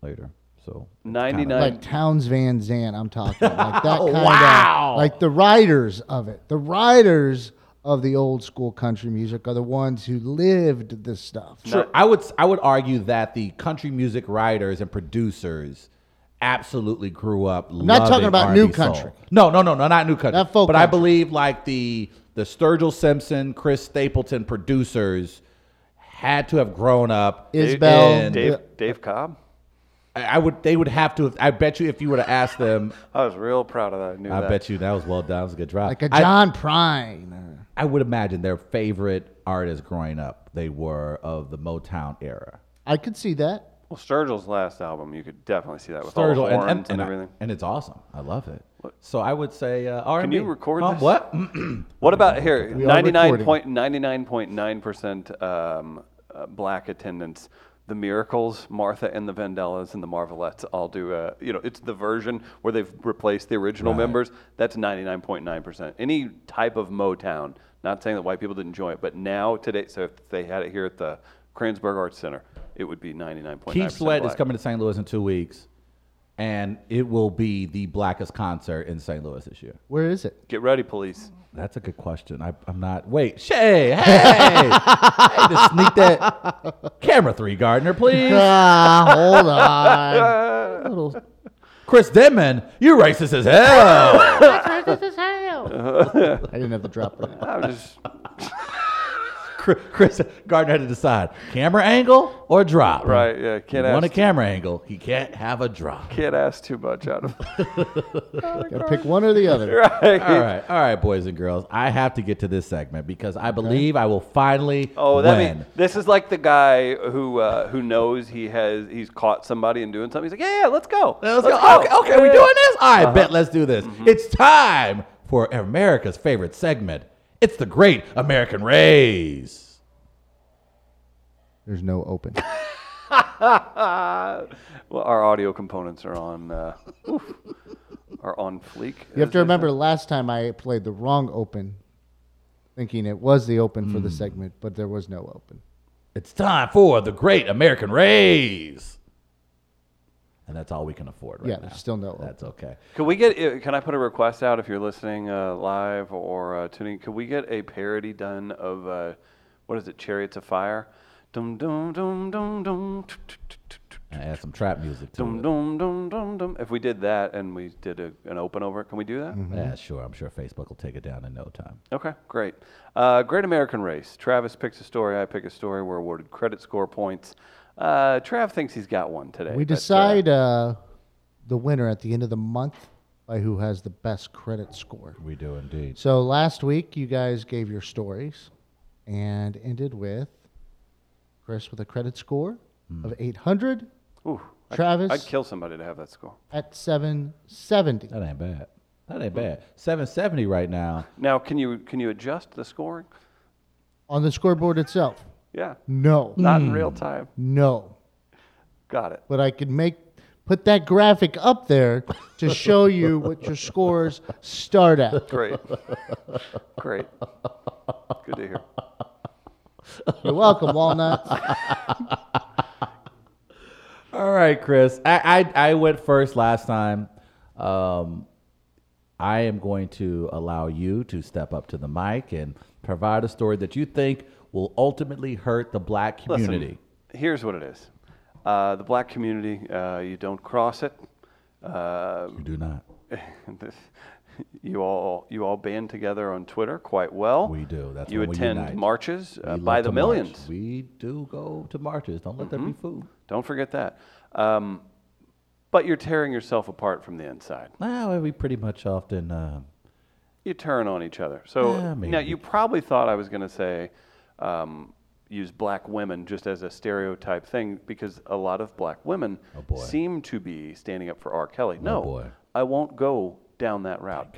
Speaker 2: later. So it's kinda-
Speaker 1: 99
Speaker 3: like Towns Van Zandt. I'm talking like that
Speaker 2: Oh,
Speaker 3: kind
Speaker 2: wow.
Speaker 3: of like the writers of it. The writers of the old school country music are the ones who lived this stuff.
Speaker 2: Sure, I would I would argue that the country music writers and producers absolutely grew up. I'm
Speaker 3: not talking about new country.
Speaker 2: No, no, no, no, not new country.
Speaker 3: Not folk
Speaker 2: but I
Speaker 3: country.
Speaker 2: believe like the the Sturgill Simpson, Chris Stapleton producers had to have grown up.
Speaker 3: Isbell.
Speaker 2: in-
Speaker 1: Dave,
Speaker 3: Yeah.
Speaker 1: Dave Cobb?
Speaker 2: I I would. They would have to. Have, I bet you, if you were to ask them,
Speaker 1: I was real proud of that. I knew
Speaker 2: I
Speaker 1: that.
Speaker 2: bet you that was well done. That was a good drop.
Speaker 3: Like a
Speaker 2: I-
Speaker 3: John Prine. or-
Speaker 2: I would imagine their favorite artists growing up, they were of the Motown era.
Speaker 3: I could see that.
Speaker 1: Well, Sturgill's last album, you could definitely see that with all
Speaker 2: Sturgill
Speaker 1: the
Speaker 2: and,
Speaker 1: horns
Speaker 2: and,
Speaker 1: and,
Speaker 2: and, I-
Speaker 1: everything.
Speaker 2: and it's awesome. I love it. So I would say uh, R&B.
Speaker 1: you record
Speaker 2: Huh?
Speaker 1: this?
Speaker 2: What? Mm,
Speaker 1: What about here?
Speaker 3: We are
Speaker 1: Ninety-nine
Speaker 3: recording.
Speaker 1: point ninety-nine point nine percent um, uh, black attendance. The Miracles, Martha and the Vandellas and the Marvelettes all do. Uh, you know, it's the version where they've replaced the original members. That's ninety-nine point nine percent. Any type of Motown. Not saying that white people didn't enjoy it, but now today, so if they had it here at the Kranzberg Arts Center, it would be ninety-nine point nine
Speaker 2: Keith
Speaker 1: percent.
Speaker 2: Sweat is coming to St. Louis in two weeks, and it will be the blackest concert in St. Louis this year.
Speaker 3: Where is it?
Speaker 1: Get ready, police.
Speaker 2: That's a good question. I, I'm not. Wait, Shay, hey, hey, just sneak that camera three, Gardner, please.
Speaker 3: Ah, hold Ah, on. Little-
Speaker 2: Chris Denman, you racist as hell.
Speaker 3: I didn't have to drop that.
Speaker 1: I was just
Speaker 2: Chris, Chris Gardner had to decide camera angle or drop.
Speaker 1: right. Yeah,
Speaker 2: He
Speaker 1: can't
Speaker 2: want a
Speaker 1: ask.
Speaker 2: camera angle. He can't have a drop.
Speaker 1: Can't ask too much out of.
Speaker 3: Gotta pick one or the other.
Speaker 2: All right, all right, boys and girls. I have to get to this segment because I believe I will finally
Speaker 1: Oh, that
Speaker 2: win.
Speaker 1: means this is like the guy who uh, who knows he has he's caught somebody and doing something. He's like, yeah, yeah, let's go. Uh-huh. Mm-hmm.
Speaker 2: Let's go. Okay, okay, we doing this? I bet let's do this. It's time for America's favorite segment. It's the Great American Race.
Speaker 3: There's no open.
Speaker 1: Uh, well, our audio components are on uh, oof, are on fleek.
Speaker 3: You
Speaker 1: as
Speaker 3: have to
Speaker 1: they
Speaker 3: remember
Speaker 1: say.
Speaker 3: last time I played the wrong open, thinking it was the open for the
Speaker 1: Hmm.
Speaker 3: segment, but there was no open.
Speaker 2: It's time for the Great American Race. And that's all we can afford right
Speaker 3: Yeah,
Speaker 2: now.
Speaker 3: there's still no open.
Speaker 2: That's okay.
Speaker 1: Can we get? uh, Can I put a request out if you're listening uh, live or uh, tuning? Could we get a parody done of uh, what is it? Chariots of Fire. Dum dum dum dum dum.
Speaker 2: And add some trap music to
Speaker 1: Dum
Speaker 2: it.
Speaker 1: dum dum dum dum. If we did that and we did a, an open over, it, can we do that?
Speaker 2: Yeah, sure. I'm sure Facebook will take it down in no time.
Speaker 1: Okay, great. Uh, great American Race. Travis picks a story. I pick a story. We're awarded credit score points. Uh, Trav thinks he's got one today.
Speaker 3: We
Speaker 1: but, uh,
Speaker 3: decide uh, the winner at the end of the month by who has the best credit score.
Speaker 2: We do indeed.
Speaker 3: So last week, you guys gave your stories and ended with Chris with a credit score
Speaker 1: Hmm.
Speaker 3: of 800
Speaker 1: ooh, I'd-
Speaker 3: Travis-
Speaker 1: I'd, kill Uh, somebody to have that score.
Speaker 3: at 770.
Speaker 2: That ain't bad. That ain't bad. 770 right now.
Speaker 1: Now, can you can you adjust the scoring?
Speaker 3: On the scoreboard itself,
Speaker 1: Yeah,
Speaker 3: no,
Speaker 1: not in real time.
Speaker 3: no.
Speaker 1: Got it.
Speaker 3: But I could make put that graphic up there to show you what your scores start at.
Speaker 1: Great, great. Good to hear.
Speaker 3: You're welcome, Walnuts.
Speaker 2: All right, Chris. I, I, I went first last time. Um, I am going to allow you to step up to the mic and provide a story that you think will ultimately hurt the black
Speaker 1: Listen,
Speaker 2: community.
Speaker 1: here's what it is: uh, the black community. Uh, you don't cross it. Uh,
Speaker 2: You do not.
Speaker 1: this- you all you all band together on Twitter quite well.
Speaker 2: We do. That's
Speaker 1: you
Speaker 2: when we
Speaker 1: attend
Speaker 2: unite.
Speaker 1: marches
Speaker 2: We
Speaker 1: uh,
Speaker 2: love
Speaker 1: by
Speaker 2: to
Speaker 1: the
Speaker 2: march.
Speaker 1: millions.
Speaker 2: We do go to marches. Don't let that be fooled.
Speaker 1: Don't forget that. Um, but you're tearing yourself apart from the inside.
Speaker 2: Now we pretty much often. Uh,
Speaker 1: You turn on each other. So
Speaker 2: Yeah,
Speaker 1: now
Speaker 2: maybe.
Speaker 1: you probably thought I was going to say um, use black women just as a stereotype thing because a lot of black women
Speaker 2: Oh, boy. Oh,
Speaker 1: seem to be standing up for R. Kelly. no,
Speaker 2: boy.
Speaker 1: I won't go down that route.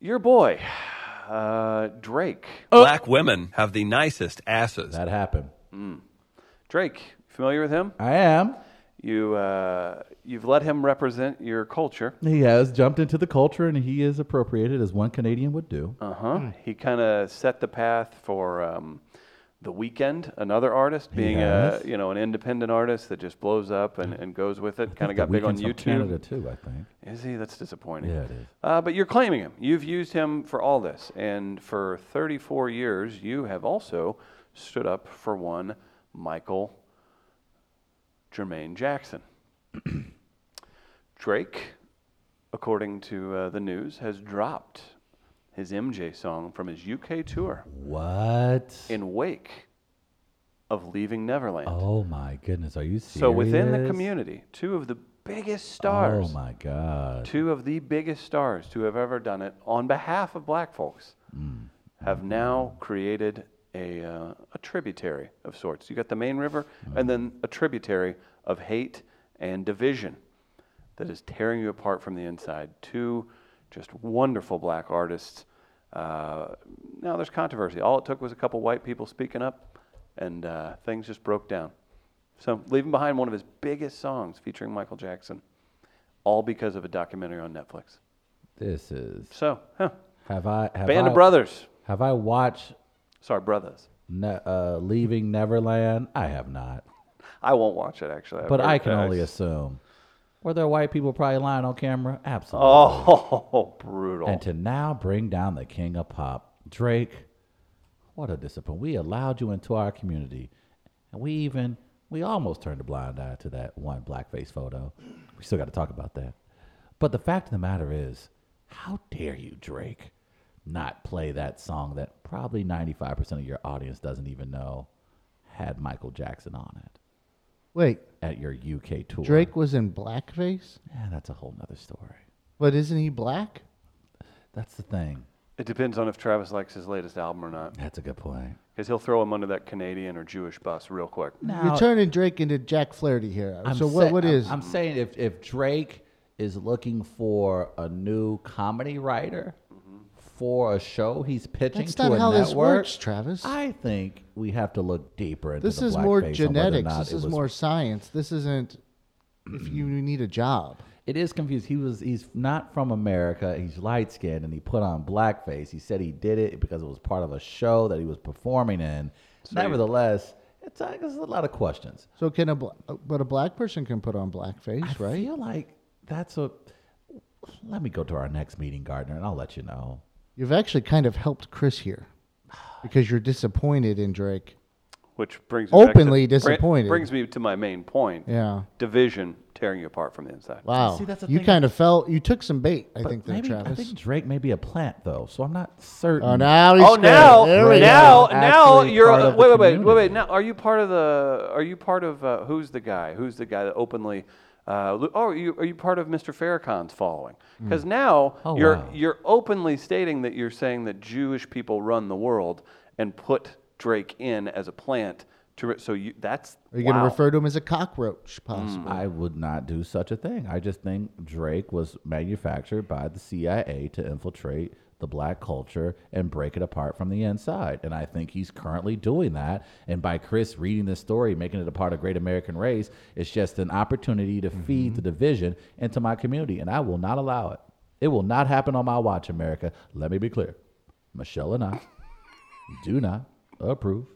Speaker 1: Your boy, uh, Drake.
Speaker 2: Oh.
Speaker 6: Black women have the nicest asses.
Speaker 2: that happened.
Speaker 1: Drake, familiar with him?
Speaker 2: I am.
Speaker 1: You uh, you've let him represent your culture.
Speaker 2: He has jumped into the culture and he is appropriated as one Canadian would do.
Speaker 1: Uh huh. He kind of set the path for um, the weekend. Another artist being
Speaker 2: Yes.
Speaker 1: a you know an independent artist that just blows up and, and goes with it. Kind of got
Speaker 2: The
Speaker 1: big on
Speaker 2: Weeknd's
Speaker 1: YouTube.
Speaker 2: from Canada too, I think.
Speaker 1: Is he? That's disappointing.
Speaker 2: Yeah, it is.
Speaker 1: Uh, but you're claiming him. You've used him for all this, and for 34 years, you have also stood up for one Michael Jermaine Jackson. Drake, according to uh, the news, has dropped his MJ song from his UK tour
Speaker 2: What?
Speaker 1: in wake of leaving Neverland.
Speaker 2: Oh my goodness, are you serious?
Speaker 1: so within the community, two of the biggest stars
Speaker 2: Oh my god.
Speaker 1: two of the biggest stars to have ever done it on behalf of black folks have now created a, uh, a tributary of sorts. You got the main river and then a tributary of hate and division that is tearing you apart from the inside. Two just wonderful black artists. Uh, now there's controversy. All it took was a couple white people speaking up, and uh, things just broke down. So, leaving behind one of his biggest songs featuring Michael Jackson, all because of a documentary on Netflix.
Speaker 2: This is
Speaker 1: So, huh.
Speaker 2: have I have
Speaker 1: Band
Speaker 2: I-
Speaker 1: of Brothers.
Speaker 2: Have I watched
Speaker 1: Sorry, Brothers.
Speaker 2: ne- uh, Leaving Neverland? I have not,
Speaker 1: I won't watch it, actually. I've
Speaker 2: but
Speaker 1: heard
Speaker 2: I can
Speaker 1: that.
Speaker 2: only assume. Were there white people probably lying on camera? Absolutely.
Speaker 1: Oh, brutal.
Speaker 2: And to now bring down the king of pop, Drake. What a discipline. We allowed you into our community. And we even, we almost turned a blind eye to that one blackface photo. We still got to talk about that. But the fact of the matter is, how dare you, Drake, not play that song that probably 95% of your audience doesn't even know had Michael Jackson on it
Speaker 3: Wait,
Speaker 2: at your UK tour?
Speaker 3: Drake was in blackface,
Speaker 2: Yeah, that's a whole nother story.
Speaker 3: but isn't he black?
Speaker 2: That's the thing.
Speaker 1: It depends on if Travis likes his latest album or not,
Speaker 2: That's a good point.
Speaker 1: because he'll throw him under that Canadian or Jewish bus real quick.
Speaker 2: Now-
Speaker 3: You're turning Drake into Jack Flaherty here. so what?
Speaker 2: sa-
Speaker 3: what
Speaker 2: I'm-
Speaker 3: is?
Speaker 2: I'm, saying if if Drake is looking for a new comedy writer for a show he's pitching
Speaker 3: That's
Speaker 2: to
Speaker 3: not
Speaker 2: a
Speaker 3: how this
Speaker 2: network,
Speaker 3: works, Travis.
Speaker 2: I think we have to look deeper into
Speaker 3: this
Speaker 2: the
Speaker 3: is more
Speaker 2: blackface and whether or
Speaker 3: genetics.
Speaker 2: not
Speaker 3: This
Speaker 2: it
Speaker 3: is
Speaker 2: was-
Speaker 3: more science. This isn't if you need a job.
Speaker 2: It is confused. He was he's not from America. He's light skinned and he put on blackface. He said he did it because it was part of a show that he was performing in. Nevertheless, it's, uh, it's a lot of questions.
Speaker 3: So can a bla- but a black person can put on blackface,
Speaker 2: I
Speaker 3: right?
Speaker 2: feel like that's a. Let me go to our next meeting, Gardner, and I'll let you know.
Speaker 3: You've actually kind of helped Chris here because you're disappointed in Drake.
Speaker 1: Which brings me back to-
Speaker 3: Openly
Speaker 1: bri-
Speaker 3: disappointed.
Speaker 1: Brings me to my main point.
Speaker 3: Yeah.
Speaker 1: Division tearing you apart from the inside.
Speaker 3: Wow.
Speaker 2: See, that's the
Speaker 3: you
Speaker 2: thing.
Speaker 3: kind of fell. You took some bait, I
Speaker 2: But
Speaker 3: think, there,
Speaker 2: maybe,
Speaker 3: Travis.
Speaker 2: I think Drake may be a plant, though, so I'm not certain.
Speaker 3: oh, now he's
Speaker 1: Oh,
Speaker 3: good.
Speaker 1: now,
Speaker 3: There we
Speaker 1: now,
Speaker 3: go.
Speaker 1: now
Speaker 2: Actually
Speaker 1: you're
Speaker 2: part
Speaker 1: uh,
Speaker 2: of the
Speaker 1: wait, wait, wait, wait, wait.
Speaker 2: community.
Speaker 1: Now, are you part of the? Are you part of uh, who's the guy? Who's the guy that openly? Uh, lo- oh, are you, are you part of Mr. Farrakhan's following? Because now
Speaker 2: Oh,
Speaker 1: you're
Speaker 2: wow.
Speaker 1: you're openly stating that you're saying that Jewish people run the world and put Drake in as a plant to. Re- so you that's
Speaker 3: Are you
Speaker 1: wow.
Speaker 3: going to refer to him as a cockroach, possibly?
Speaker 2: I would not do such a thing. I just think Drake was manufactured by the CIA to infiltrate the black culture and break it apart from the inside. And I think he's currently doing that. And by Chris reading this story, making it a part of Great American Race, it's just an opportunity to feed the division into my community. And I will not allow it. It will not happen on my watch, America. Let me be clear. Michelle and I do not approve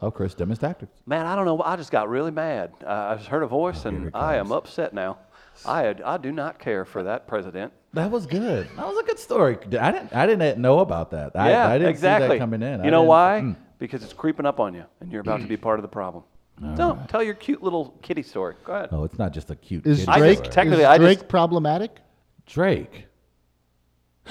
Speaker 2: of Chris Demons tactics.
Speaker 1: Man, I don't know. I just got really mad. Uh, I just heard a voice, and I am upset now. I I do not care for that president.
Speaker 2: That was good. That was a good story. I didn't. I didn't know about that. I,
Speaker 1: yeah,
Speaker 2: I didn't
Speaker 1: exactly.
Speaker 2: see that coming in.
Speaker 1: You
Speaker 2: I
Speaker 1: know
Speaker 2: didn't- Mm.
Speaker 1: why? Because it's creeping up on you, and you're about to be part of the problem. Don't tell your cute little kitty story. Go ahead.
Speaker 2: No, Oh, it's not just a cute.
Speaker 3: Is
Speaker 2: kid
Speaker 1: I
Speaker 3: Drake,
Speaker 1: just-
Speaker 2: story.
Speaker 1: technically,
Speaker 3: is
Speaker 1: I
Speaker 3: Drake
Speaker 1: just-
Speaker 3: problematic?
Speaker 2: Drake.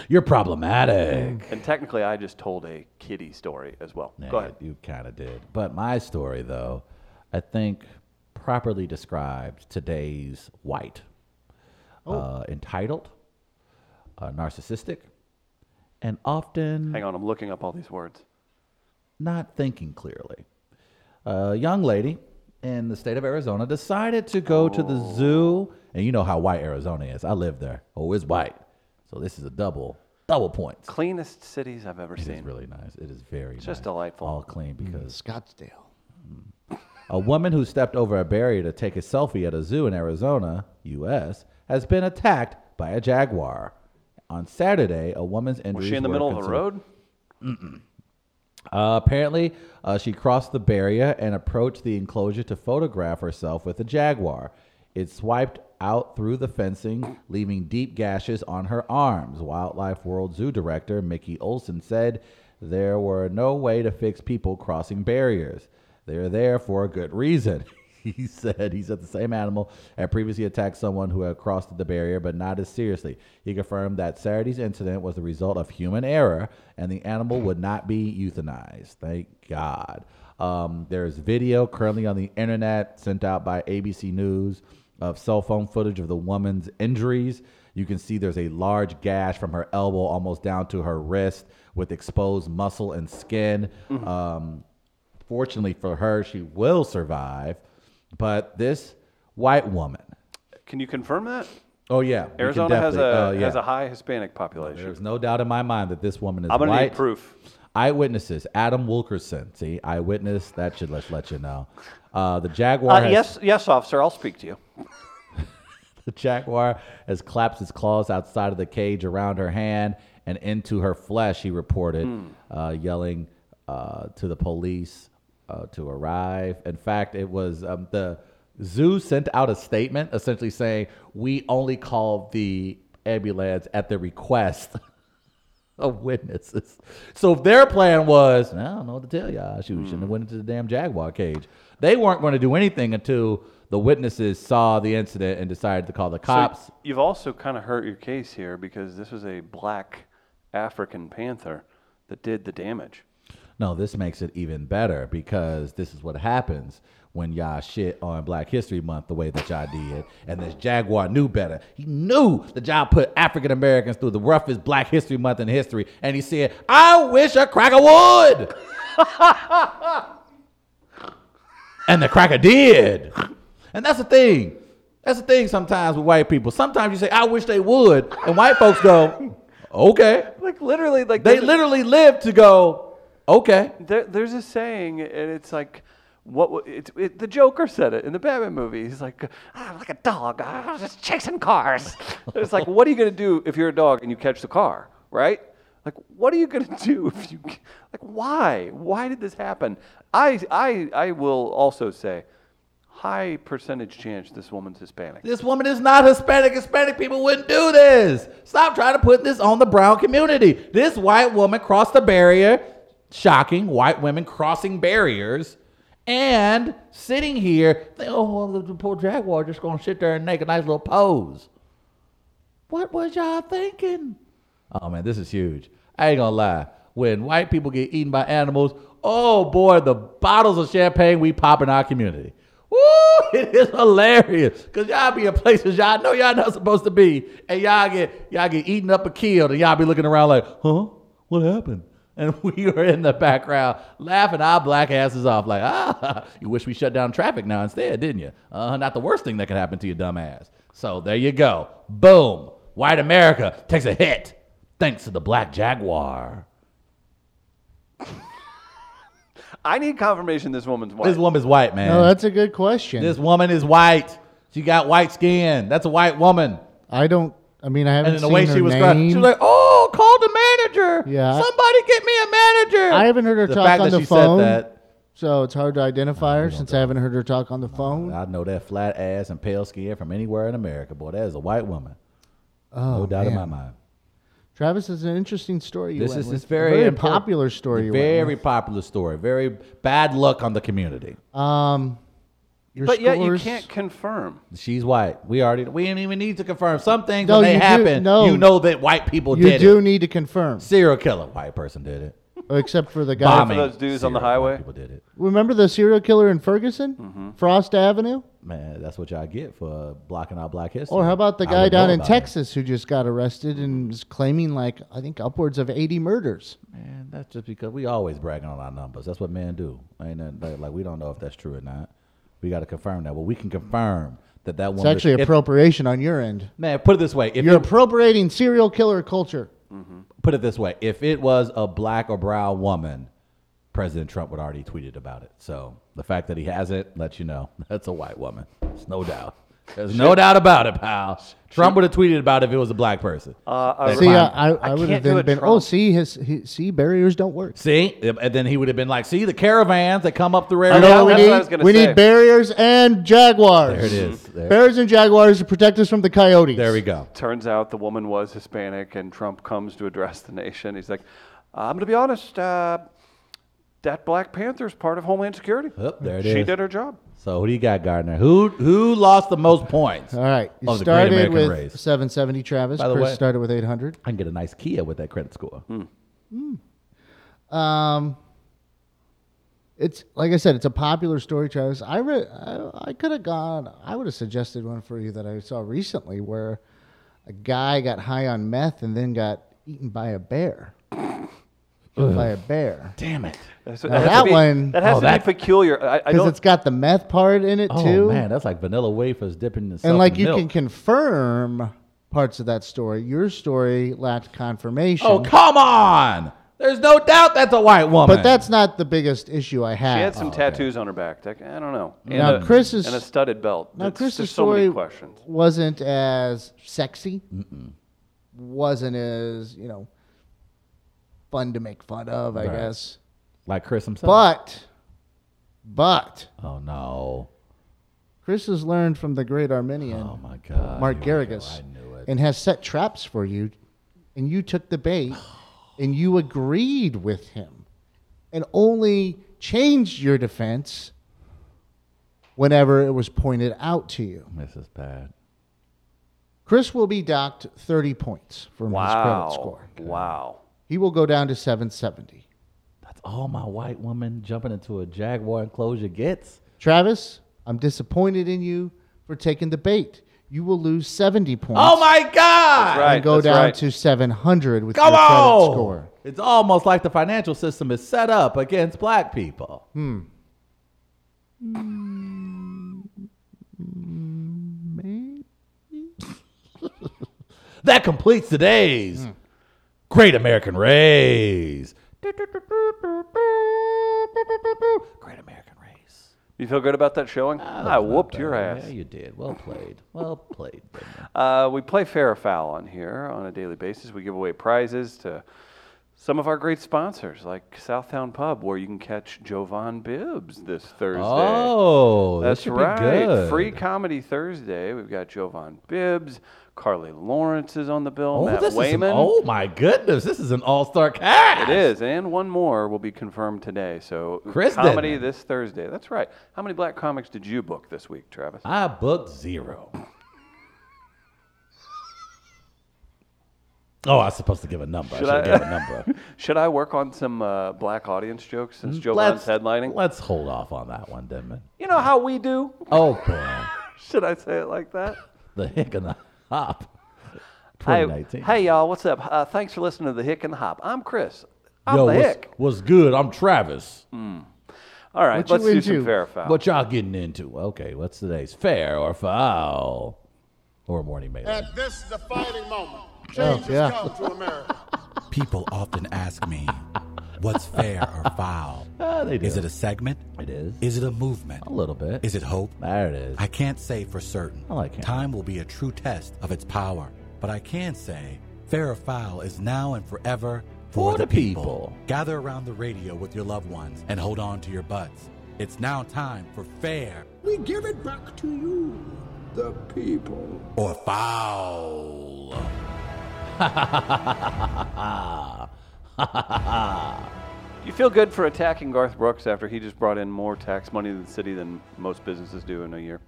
Speaker 2: You're problematic.
Speaker 1: And technically, I just told a kitty story as well.
Speaker 2: Yeah,
Speaker 1: Mm. Go ahead.
Speaker 2: You kind of did. But my story, though, I think properly described today's white,
Speaker 3: Oh.
Speaker 2: uh, entitled, uh, narcissistic, and often
Speaker 1: Hang on, I'm looking up all these words.
Speaker 2: not thinking clearly. A young lady in the state of Arizona decided to go to
Speaker 1: Oh.
Speaker 2: the zoo, and you know how white Arizona is. I live there. Oh, it's white. So this is a double double points.
Speaker 1: Cleanest cities I've ever
Speaker 2: It is
Speaker 1: seen.
Speaker 2: really nice. It is very
Speaker 1: just
Speaker 2: nice.
Speaker 1: delightful. Mm.
Speaker 2: All clean because
Speaker 3: Scottsdale.
Speaker 2: a woman who stepped over a barrier to take a selfie at a zoo in Arizona, U.S., has been attacked by a jaguar. On Saturday, a woman's injuries
Speaker 1: Was she in the
Speaker 2: were
Speaker 1: middle of a
Speaker 2: considered-
Speaker 1: road?
Speaker 2: Uh, apparently, uh, she crossed the barrier and approached the enclosure to photograph herself with a jaguar. It swiped out through the fencing, leaving deep gashes on her arms. Wildlife World Zoo director Mickey Olson said there were no way to fix people crossing barriers. They're there for a good reason. He said he said the same animal had previously attacked someone who had crossed the barrier, but not as seriously. He confirmed that Saturday's incident was the result of human error, and the animal would not be euthanized. Thank God. Um, there's video currently on the internet sent out by ABC News of cell phone footage of the woman's injuries. You can see there's a large gash from her elbow almost down to her wrist with exposed muscle and skin. Um, fortunately for her, she will survive. But this white woman,
Speaker 1: Can you confirm that?
Speaker 2: oh yeah, we can
Speaker 1: Arizona has a
Speaker 2: definitely- oh,
Speaker 1: has
Speaker 2: yeah.
Speaker 1: a high Hispanic population.
Speaker 2: There's no doubt in my mind that this woman is
Speaker 1: I'm gonna
Speaker 2: white.
Speaker 1: need proof.
Speaker 2: Eyewitnesses: Adam Wilkerson. See, eyewitness. That should let let you know. Uh, the jaguar. has,
Speaker 1: yes, officer. I'll speak to you.
Speaker 2: The jaguar has clapped its claws outside of the cage around her hand and into her flesh. He reported, uh, yelling uh, to the police uh, to arrive. In fact, it was um, the zoo sent out a statement essentially saying, "We only called the ambulance at the request." of witnesses. So if their plan was, I don't know what to tell y'all, shoot, we shouldn't have went into the damn jaguar cage. They weren't going to do anything until the witnesses saw the incident and decided to call the cops.
Speaker 1: you've also kind of hurt your case here because this was a black African panther that did the damage.
Speaker 2: no, this makes it even better because this is what happens when y'all shit on Black History Month the way that y'all did. And this jaguar knew better. He knew that y'all put African Americans through the roughest Black History Month in history. And he said, I wish a cracker would. And the cracker did. And that's the thing. That's the thing sometimes with white people. Sometimes you say, I wish they would. And white folks go, okay.
Speaker 1: Like literally, like
Speaker 2: They
Speaker 1: there's a-
Speaker 2: literally live to go, okay.
Speaker 1: there, there's a saying, and it's like. What wa- it's it, the Joker said it in the Batman movie. He's like, "Ah, like a dog. I was just chasing cars. it's like, what are you gonna do if you're a dog and you catch the car, right? Like, what are you gonna do if you, like, why? Why did this happen? I I I will also say, high percentage chance this woman's Hispanic.
Speaker 2: This woman is not Hispanic. Hispanic people wouldn't do this. Stop trying to put this on the brown community. This white woman crossed the barrier. Shocking white women crossing barriers and sitting here. Think, oh, well, the- the poor jaguar just gonna sit there and make a nice little pose. What was y'all thinking? Oh man, this is huge. I ain't gonna lie. When white people get eaten by animals, oh boy, the bottles of champagne we pop in our community. Woo! It is hilarious. Cause y'all be in places y'all know y'all not supposed to be. And y'all get y'all get eaten up and killed, and y'all be looking around like, huh? What happened? And we are in the background laughing our black asses off, like, ah, you wish we shut down traffic now instead, didn't you? Uh, not the worst thing that could happen to you, dumb ass. So there you go. Boom. White America takes a hit thanks to the black jaguar.
Speaker 1: I need confirmation this woman's white.
Speaker 2: This woman's white, man.
Speaker 3: No, that's a good question.
Speaker 2: this woman is white. She got white skin. That's a white woman.
Speaker 3: I don't. I mean, I haven't
Speaker 2: And in the
Speaker 3: seen
Speaker 2: way
Speaker 3: her
Speaker 2: she was crying,
Speaker 3: name.
Speaker 2: she was like, "Oh, call the manager.
Speaker 3: Yeah.
Speaker 2: somebody get me a manager."
Speaker 3: I haven't heard her
Speaker 2: the
Speaker 3: talk
Speaker 2: fact
Speaker 3: on
Speaker 2: that
Speaker 3: the
Speaker 2: she
Speaker 3: phone.
Speaker 2: Said that,
Speaker 3: so it's hard to identify her since I haven't heard her talk on the phone.
Speaker 2: I know that flat ass and pale skin from anywhere in America. Boy, that is a white woman. no doubt in my
Speaker 3: Oh, man.
Speaker 2: mind.
Speaker 3: Travis this is an interesting story. You
Speaker 2: This
Speaker 3: went
Speaker 2: is
Speaker 3: with.
Speaker 2: this very,
Speaker 3: a very
Speaker 2: important-
Speaker 3: popular story. You went
Speaker 2: Very
Speaker 3: with.
Speaker 2: popular story. Very bad luck on the community.
Speaker 3: Um, your
Speaker 1: but yet you
Speaker 3: scores-
Speaker 1: can't confirm.
Speaker 2: She's white. We already we didn't even need to confirm some things
Speaker 3: No,
Speaker 2: when they
Speaker 3: you do-
Speaker 2: happen.
Speaker 3: no.
Speaker 2: you know that white people
Speaker 3: You
Speaker 2: did
Speaker 3: do
Speaker 2: it.
Speaker 3: need to confirm,
Speaker 2: Serial killer, white person did it.
Speaker 3: except for the guy.
Speaker 2: Bombing.
Speaker 1: those dudes on the
Speaker 2: Serial
Speaker 1: highway?
Speaker 2: white People did it.
Speaker 3: Remember the serial killer in Ferguson,
Speaker 2: Mm-hmm.
Speaker 3: Frost Avenue,
Speaker 2: Man, that's what y'all get for uh, blocking out black history.
Speaker 3: or how about the
Speaker 2: I
Speaker 3: guy
Speaker 2: would
Speaker 3: down
Speaker 2: know
Speaker 3: in
Speaker 2: about it.
Speaker 3: Texas who just got arrested and was claiming like I think upwards of eighty murders.
Speaker 2: Man, that's just because we always bragging on our numbers. That's what men do. Ain't nothing, like, like we don't know if that's true or not. We got to confirm that. Well, we can confirm that that
Speaker 3: It's
Speaker 2: woman.
Speaker 3: actually
Speaker 2: if,
Speaker 3: appropriation on your end.
Speaker 2: man. Put it this way: if
Speaker 3: You're
Speaker 2: you
Speaker 3: appropriating serial killer culture.
Speaker 2: put it this way, if it was a black or brown woman, President Trump would already tweeted about it. So the fact that he hasn't lets you know that's a white woman. There's no doubt. There's no doubt about it, pal. Trump would have tweeted about it if it was a black person.
Speaker 1: Uh, I
Speaker 2: That
Speaker 3: See,
Speaker 2: clown.
Speaker 3: I, I, I,
Speaker 1: I
Speaker 3: would
Speaker 1: can't
Speaker 3: have
Speaker 1: do
Speaker 3: then
Speaker 1: a
Speaker 3: been.
Speaker 1: Trump.
Speaker 3: Oh, see, his, his see barriers don't work.
Speaker 2: See, and then he would have been like, "See, the caravans that come up through
Speaker 3: You
Speaker 2: area.
Speaker 1: know
Speaker 3: know what
Speaker 1: that's
Speaker 3: we
Speaker 1: what I was
Speaker 3: need?
Speaker 1: gonna
Speaker 3: we
Speaker 1: say.
Speaker 3: need barriers and jaguars.
Speaker 2: There it is. There-
Speaker 3: Bears and jaguars to protect us from the coyotes.
Speaker 2: There we go.
Speaker 1: Turns out the woman was Hispanic, and Trump comes to address the nation. He's like, "I'm going to be honest. Uh, that Black Panther's part of Homeland Security.
Speaker 2: Yep, there it
Speaker 1: she
Speaker 2: is.
Speaker 1: did her job.
Speaker 2: So who do you got, Gardner? Who who lost the most points?
Speaker 3: All right. You
Speaker 2: Of the Great
Speaker 3: started
Speaker 2: American
Speaker 3: with
Speaker 2: Race.
Speaker 3: 770, Travis.
Speaker 2: By the
Speaker 3: Chris
Speaker 2: way-
Speaker 3: started with 800.
Speaker 2: I can get a nice Kia with that credit score.
Speaker 1: Hmm.
Speaker 3: Um, it's like I said, it's a popular story, Travis. I re- I, I could have gone. I would have suggested one for you that I saw recently, where a guy got high on meth and then got eaten by a bear. by a bear.
Speaker 2: Damn it.
Speaker 1: That's- that
Speaker 3: Now
Speaker 1: has to
Speaker 3: that
Speaker 1: be-
Speaker 3: one-
Speaker 1: That has
Speaker 2: Oh,
Speaker 1: to
Speaker 2: that-
Speaker 1: be peculiar. I, I
Speaker 3: Because
Speaker 1: don't.
Speaker 3: it's got the meth part in it
Speaker 2: Oh
Speaker 3: too.
Speaker 2: man, that's like vanilla wafers dipping in
Speaker 3: and like you can
Speaker 2: milk.
Speaker 3: confirm parts of that story. Your story lacked confirmation.
Speaker 2: Oh come on! There's no doubt that's a white woman.
Speaker 3: but that's not the biggest issue I have.
Speaker 1: she had some tattoos on her back. That- I don't know. And
Speaker 3: Oh, Now,
Speaker 1: a,
Speaker 3: Chris's-
Speaker 1: and a studded belt.
Speaker 3: Now,
Speaker 1: It's
Speaker 3: Chris's
Speaker 1: just so many
Speaker 3: story
Speaker 1: questions.
Speaker 3: wasn't as sexy. Wasn't as you know fun to make fun of, I
Speaker 2: Right.
Speaker 3: guess.
Speaker 2: like Chris himself.
Speaker 3: But, but
Speaker 2: oh no!
Speaker 3: Chris has learned from the great Armenian.
Speaker 2: Oh my God!
Speaker 3: Mark
Speaker 2: Here we go.
Speaker 3: Garrigus,
Speaker 2: I knew it.
Speaker 3: and has set traps for you, and you took the bait, and you agreed with him, and only changed your defense whenever it was pointed out to you.
Speaker 2: This is bad.
Speaker 3: Chris will be docked 30 points from his
Speaker 1: Wow.
Speaker 3: credit score.
Speaker 1: Wow.
Speaker 3: He will go down to 770.
Speaker 2: That's all my white woman jumping into a jaguar enclosure gets.
Speaker 3: Travis, I'm disappointed in you for taking the bait. You will lose 70 points.
Speaker 2: Oh my
Speaker 1: That's
Speaker 2: God!
Speaker 1: right.
Speaker 3: And go
Speaker 1: that's
Speaker 3: down
Speaker 1: right.
Speaker 3: to 700 with
Speaker 2: Come
Speaker 3: your
Speaker 2: on!
Speaker 3: credit score.
Speaker 2: It's almost like the financial system is set up against black people. that completes today's Great American Race. Great American Race.
Speaker 1: You feel good about that showing? I whooped your ass.
Speaker 2: Yeah, you did. Well played. Well played. Brendan.
Speaker 1: Uh, we play fair or foul on here on a daily basis. We give away prizes to some of our great sponsors, like Southtown Pub, where you can catch Jovan Bibbs this Thursday.
Speaker 2: Oh, this
Speaker 1: that's
Speaker 2: should be
Speaker 1: right.
Speaker 2: good.
Speaker 1: Free Comedy Thursday. We've got Jovan Bibbs. Carly Lawrence is on the bill.
Speaker 2: Oh,
Speaker 1: Matt
Speaker 2: this is some-
Speaker 1: Wayman.
Speaker 2: oh my goodness! This is an all-star cast.
Speaker 1: It is, and one more will be confirmed today. So
Speaker 2: Chris
Speaker 1: comedy
Speaker 2: Denman.
Speaker 1: this Thursday. That's right. How many black comics did you book this week, Travis?
Speaker 2: I booked zero. oh, I was supposed to give a number.
Speaker 1: Should
Speaker 2: I
Speaker 1: I-
Speaker 2: should have gave a number.
Speaker 1: Should I work on some uh, black audience jokes since Jovan's
Speaker 2: mm, let's
Speaker 1: headlining?
Speaker 2: Let's hold off on that one, Denman.
Speaker 1: You know how we do.
Speaker 2: Oh boy,
Speaker 1: Should I say it like that?
Speaker 2: the hick and the hop.
Speaker 1: Hey,
Speaker 2: 2019.
Speaker 1: hey y'all, what's up? Uh, thanks for listening to the Hick and Hop. I'm Chris. I'm
Speaker 2: Yo,
Speaker 1: the
Speaker 2: what's,
Speaker 1: Hick.
Speaker 2: what's good? I'm Travis.
Speaker 1: All right,
Speaker 3: What you
Speaker 1: let's do some
Speaker 3: into?
Speaker 1: fair or foul.
Speaker 2: What y'all getting into? Okay, what's today's fair or foul or morning mail?
Speaker 7: At this defining moment, change
Speaker 3: yeah.
Speaker 7: has come to America.
Speaker 8: People often ask me, what's fair or foul?
Speaker 2: Ah, they do.
Speaker 8: Is it a segment?
Speaker 2: It is.
Speaker 8: Is it a movement?
Speaker 2: a little bit.
Speaker 8: Is it hope?
Speaker 2: There it is.
Speaker 8: I can't say for certain.
Speaker 2: I like him.
Speaker 8: Time will be a true test of its power, but I can say fair or foul is now and forever for,
Speaker 2: For the people.
Speaker 8: Gather around the radio with your loved ones and hold on to your butts. It's now time for fair
Speaker 9: We give it back to you, the people.
Speaker 8: or foul.
Speaker 2: Ah.
Speaker 1: You feel good for attacking Garth Brooks after he just brought in more tax money to the city than most businesses do in a year,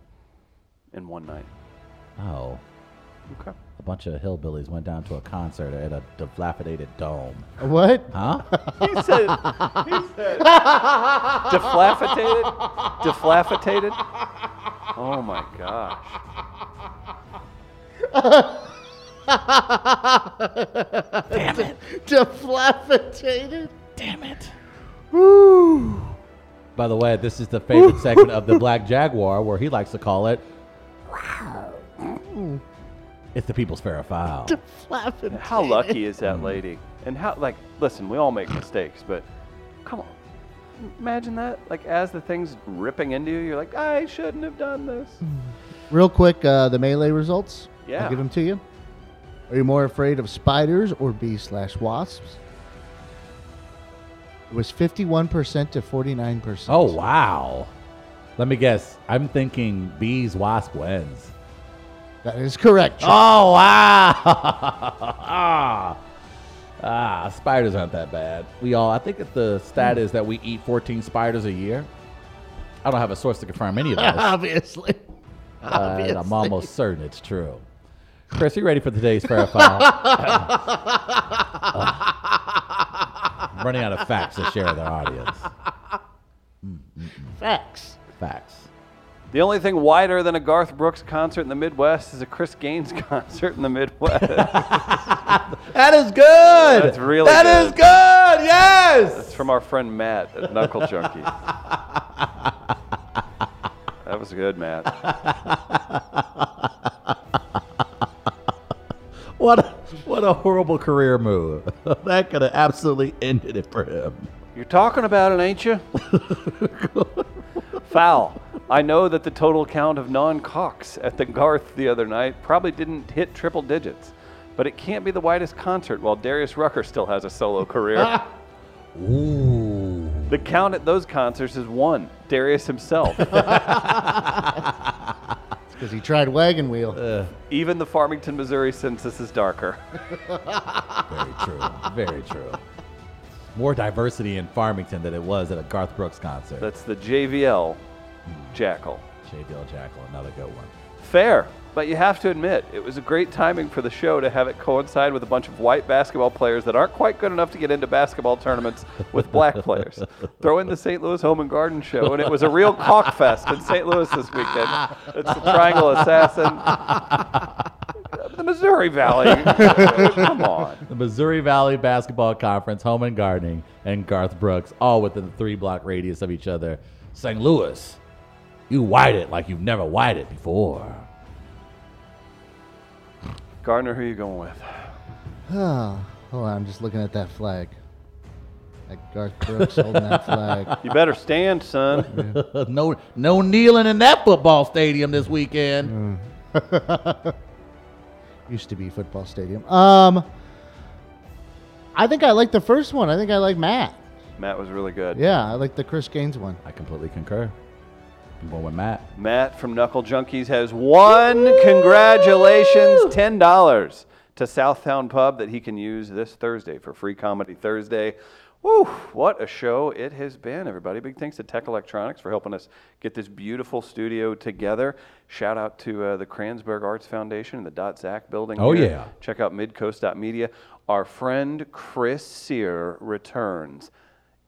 Speaker 1: in one night.
Speaker 2: oh.
Speaker 1: Okay.
Speaker 2: A bunch of hillbillies went down to a concert at a dilapidated dome.
Speaker 3: What?
Speaker 2: Huh?
Speaker 1: He said. He said. deflaffetated. Deflaffetated. Oh my gosh.
Speaker 3: Deflaffetated?
Speaker 2: By the way, this is the favorite segment of the Black Jaguar, where he likes to call it. it's the people's fair or foul.
Speaker 3: Flapping.
Speaker 1: How lucky is that lady? And how like listen, we all make mistakes, but come on. Imagine that. Like as the thing's ripping into you, you're like, I shouldn't have done this.
Speaker 3: Real quick, uh, the melee results.
Speaker 1: Yeah.
Speaker 3: I'll give them to you. Are you more afraid of spiders or bees slash wasps? It was 51% to 49%.
Speaker 2: Oh wow! Let me guess. I'm thinking bees, wasp wins.
Speaker 3: That is correct. Chuck.
Speaker 2: Oh wow! ah, spiders aren't that bad. We all, I think that the stat is that we eat 14 spiders a year. I don't have a source to confirm any of this.
Speaker 3: Obviously.
Speaker 2: and I'm almost certain it's true. Chris, you ready for today's fair or foul? Ugh. I'm running out of facts to share with our audience.
Speaker 3: Facts.
Speaker 2: Facts.
Speaker 1: The only thing wider than a Garth Brooks concert in the Midwest is a Chris Gaines concert in the Midwest.
Speaker 2: That is good. That's
Speaker 1: really
Speaker 2: That
Speaker 1: good.
Speaker 2: is good. Yes.
Speaker 1: It's from our friend Matt at Knuckle Junkie. that was good, Matt.
Speaker 2: What a, what a horrible career move. that could have absolutely ended it for him.
Speaker 1: You're talking about it, ain't you? Foul. I know that the total count of non cocks at the Garth the other night probably didn't hit triple digits, but it can't be the widest concert while Darius Rucker still has a solo career.
Speaker 2: Ooh.
Speaker 1: the count at those concerts is one Darius himself.
Speaker 3: because he tried wagon wheel.
Speaker 1: Even the Farmington, Missouri census is darker.
Speaker 2: Very true. Very true. More diversity in Farmington than it was at a Garth Brooks concert.
Speaker 1: That's the JVL Jackal.
Speaker 2: J. Dill Jackal, another good one.
Speaker 1: Fair, but you have to admit, it was a great timing for the show to have it coincide with a bunch of white basketball players that aren't quite good enough to get into basketball tournaments with black players. Throw in the St. Louis Home and Garden Show, and it was a real cock fest in St. Louis this weekend. It's the Triangle Assassin, the Missouri Valley. Come on.
Speaker 2: The Missouri Valley Basketball Conference, Home and Gardening, and Garth Brooks, all within three block radius of each other. St. Louis, you white it like you've never white it before.
Speaker 1: Gardner, who you going with?
Speaker 3: Oh, hold on, I'm just looking at that flag. That Garth Brooks holding that flag.
Speaker 1: You better stand, son.
Speaker 2: no, no kneeling in that football stadium this weekend.
Speaker 3: Used to be football stadium. Um, I think I like the first one. I think I like Matt.
Speaker 1: Matt was really good.
Speaker 3: Yeah, I like the Chris Gaines one.
Speaker 2: I completely concur. I'm going with Matt.
Speaker 1: Matt from Knuckle Junkies has won. Congratulations, ten dollars to Southtown Pub that he can use this Thursday for free comedy Thursday. Woo! What a show it has been, everybody. Big thanks to Tech Electronics for helping us get this beautiful studio together. Shout out to uh, the Kranzberg Arts Foundation and the Dot Zach building.
Speaker 2: Oh,
Speaker 1: here.
Speaker 2: yeah.
Speaker 1: Check out midcoast.media. Our friend Chris Sear returns.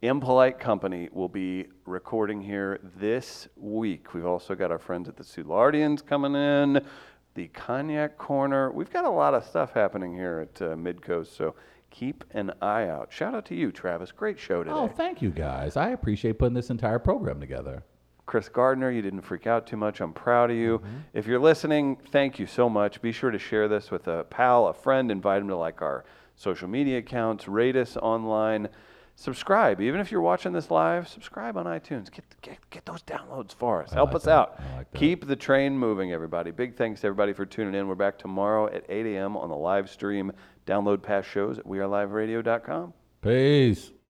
Speaker 1: Impolite Company will be recording here this week. We've also got our friends at the Soulardians coming in, the Cognac Corner. We've got a lot of stuff happening here at uh, Midcoast, so keep an eye out. Shout out to you, Travis. Great show today.
Speaker 2: Oh, thank you guys. I appreciate putting this entire program together.
Speaker 1: Chris Gardner, you didn't freak out too much. I'm proud of you.
Speaker 2: Mm-hmm.
Speaker 1: If you're listening, thank you so much. Be sure to share this with a pal, a friend, invite them to like our social media accounts, rate us online, subscribe. Even if you're watching this live, subscribe on iTunes. Get get, get those downloads for us. Help
Speaker 2: like
Speaker 1: us
Speaker 2: that.
Speaker 1: out.
Speaker 2: I like that.
Speaker 1: Keep the train moving, everybody. Big thanks to everybody for tuning in. We're back tomorrow at 8 a.m. on the live stream. Download past shows at weareliveradio.com.
Speaker 2: Peace.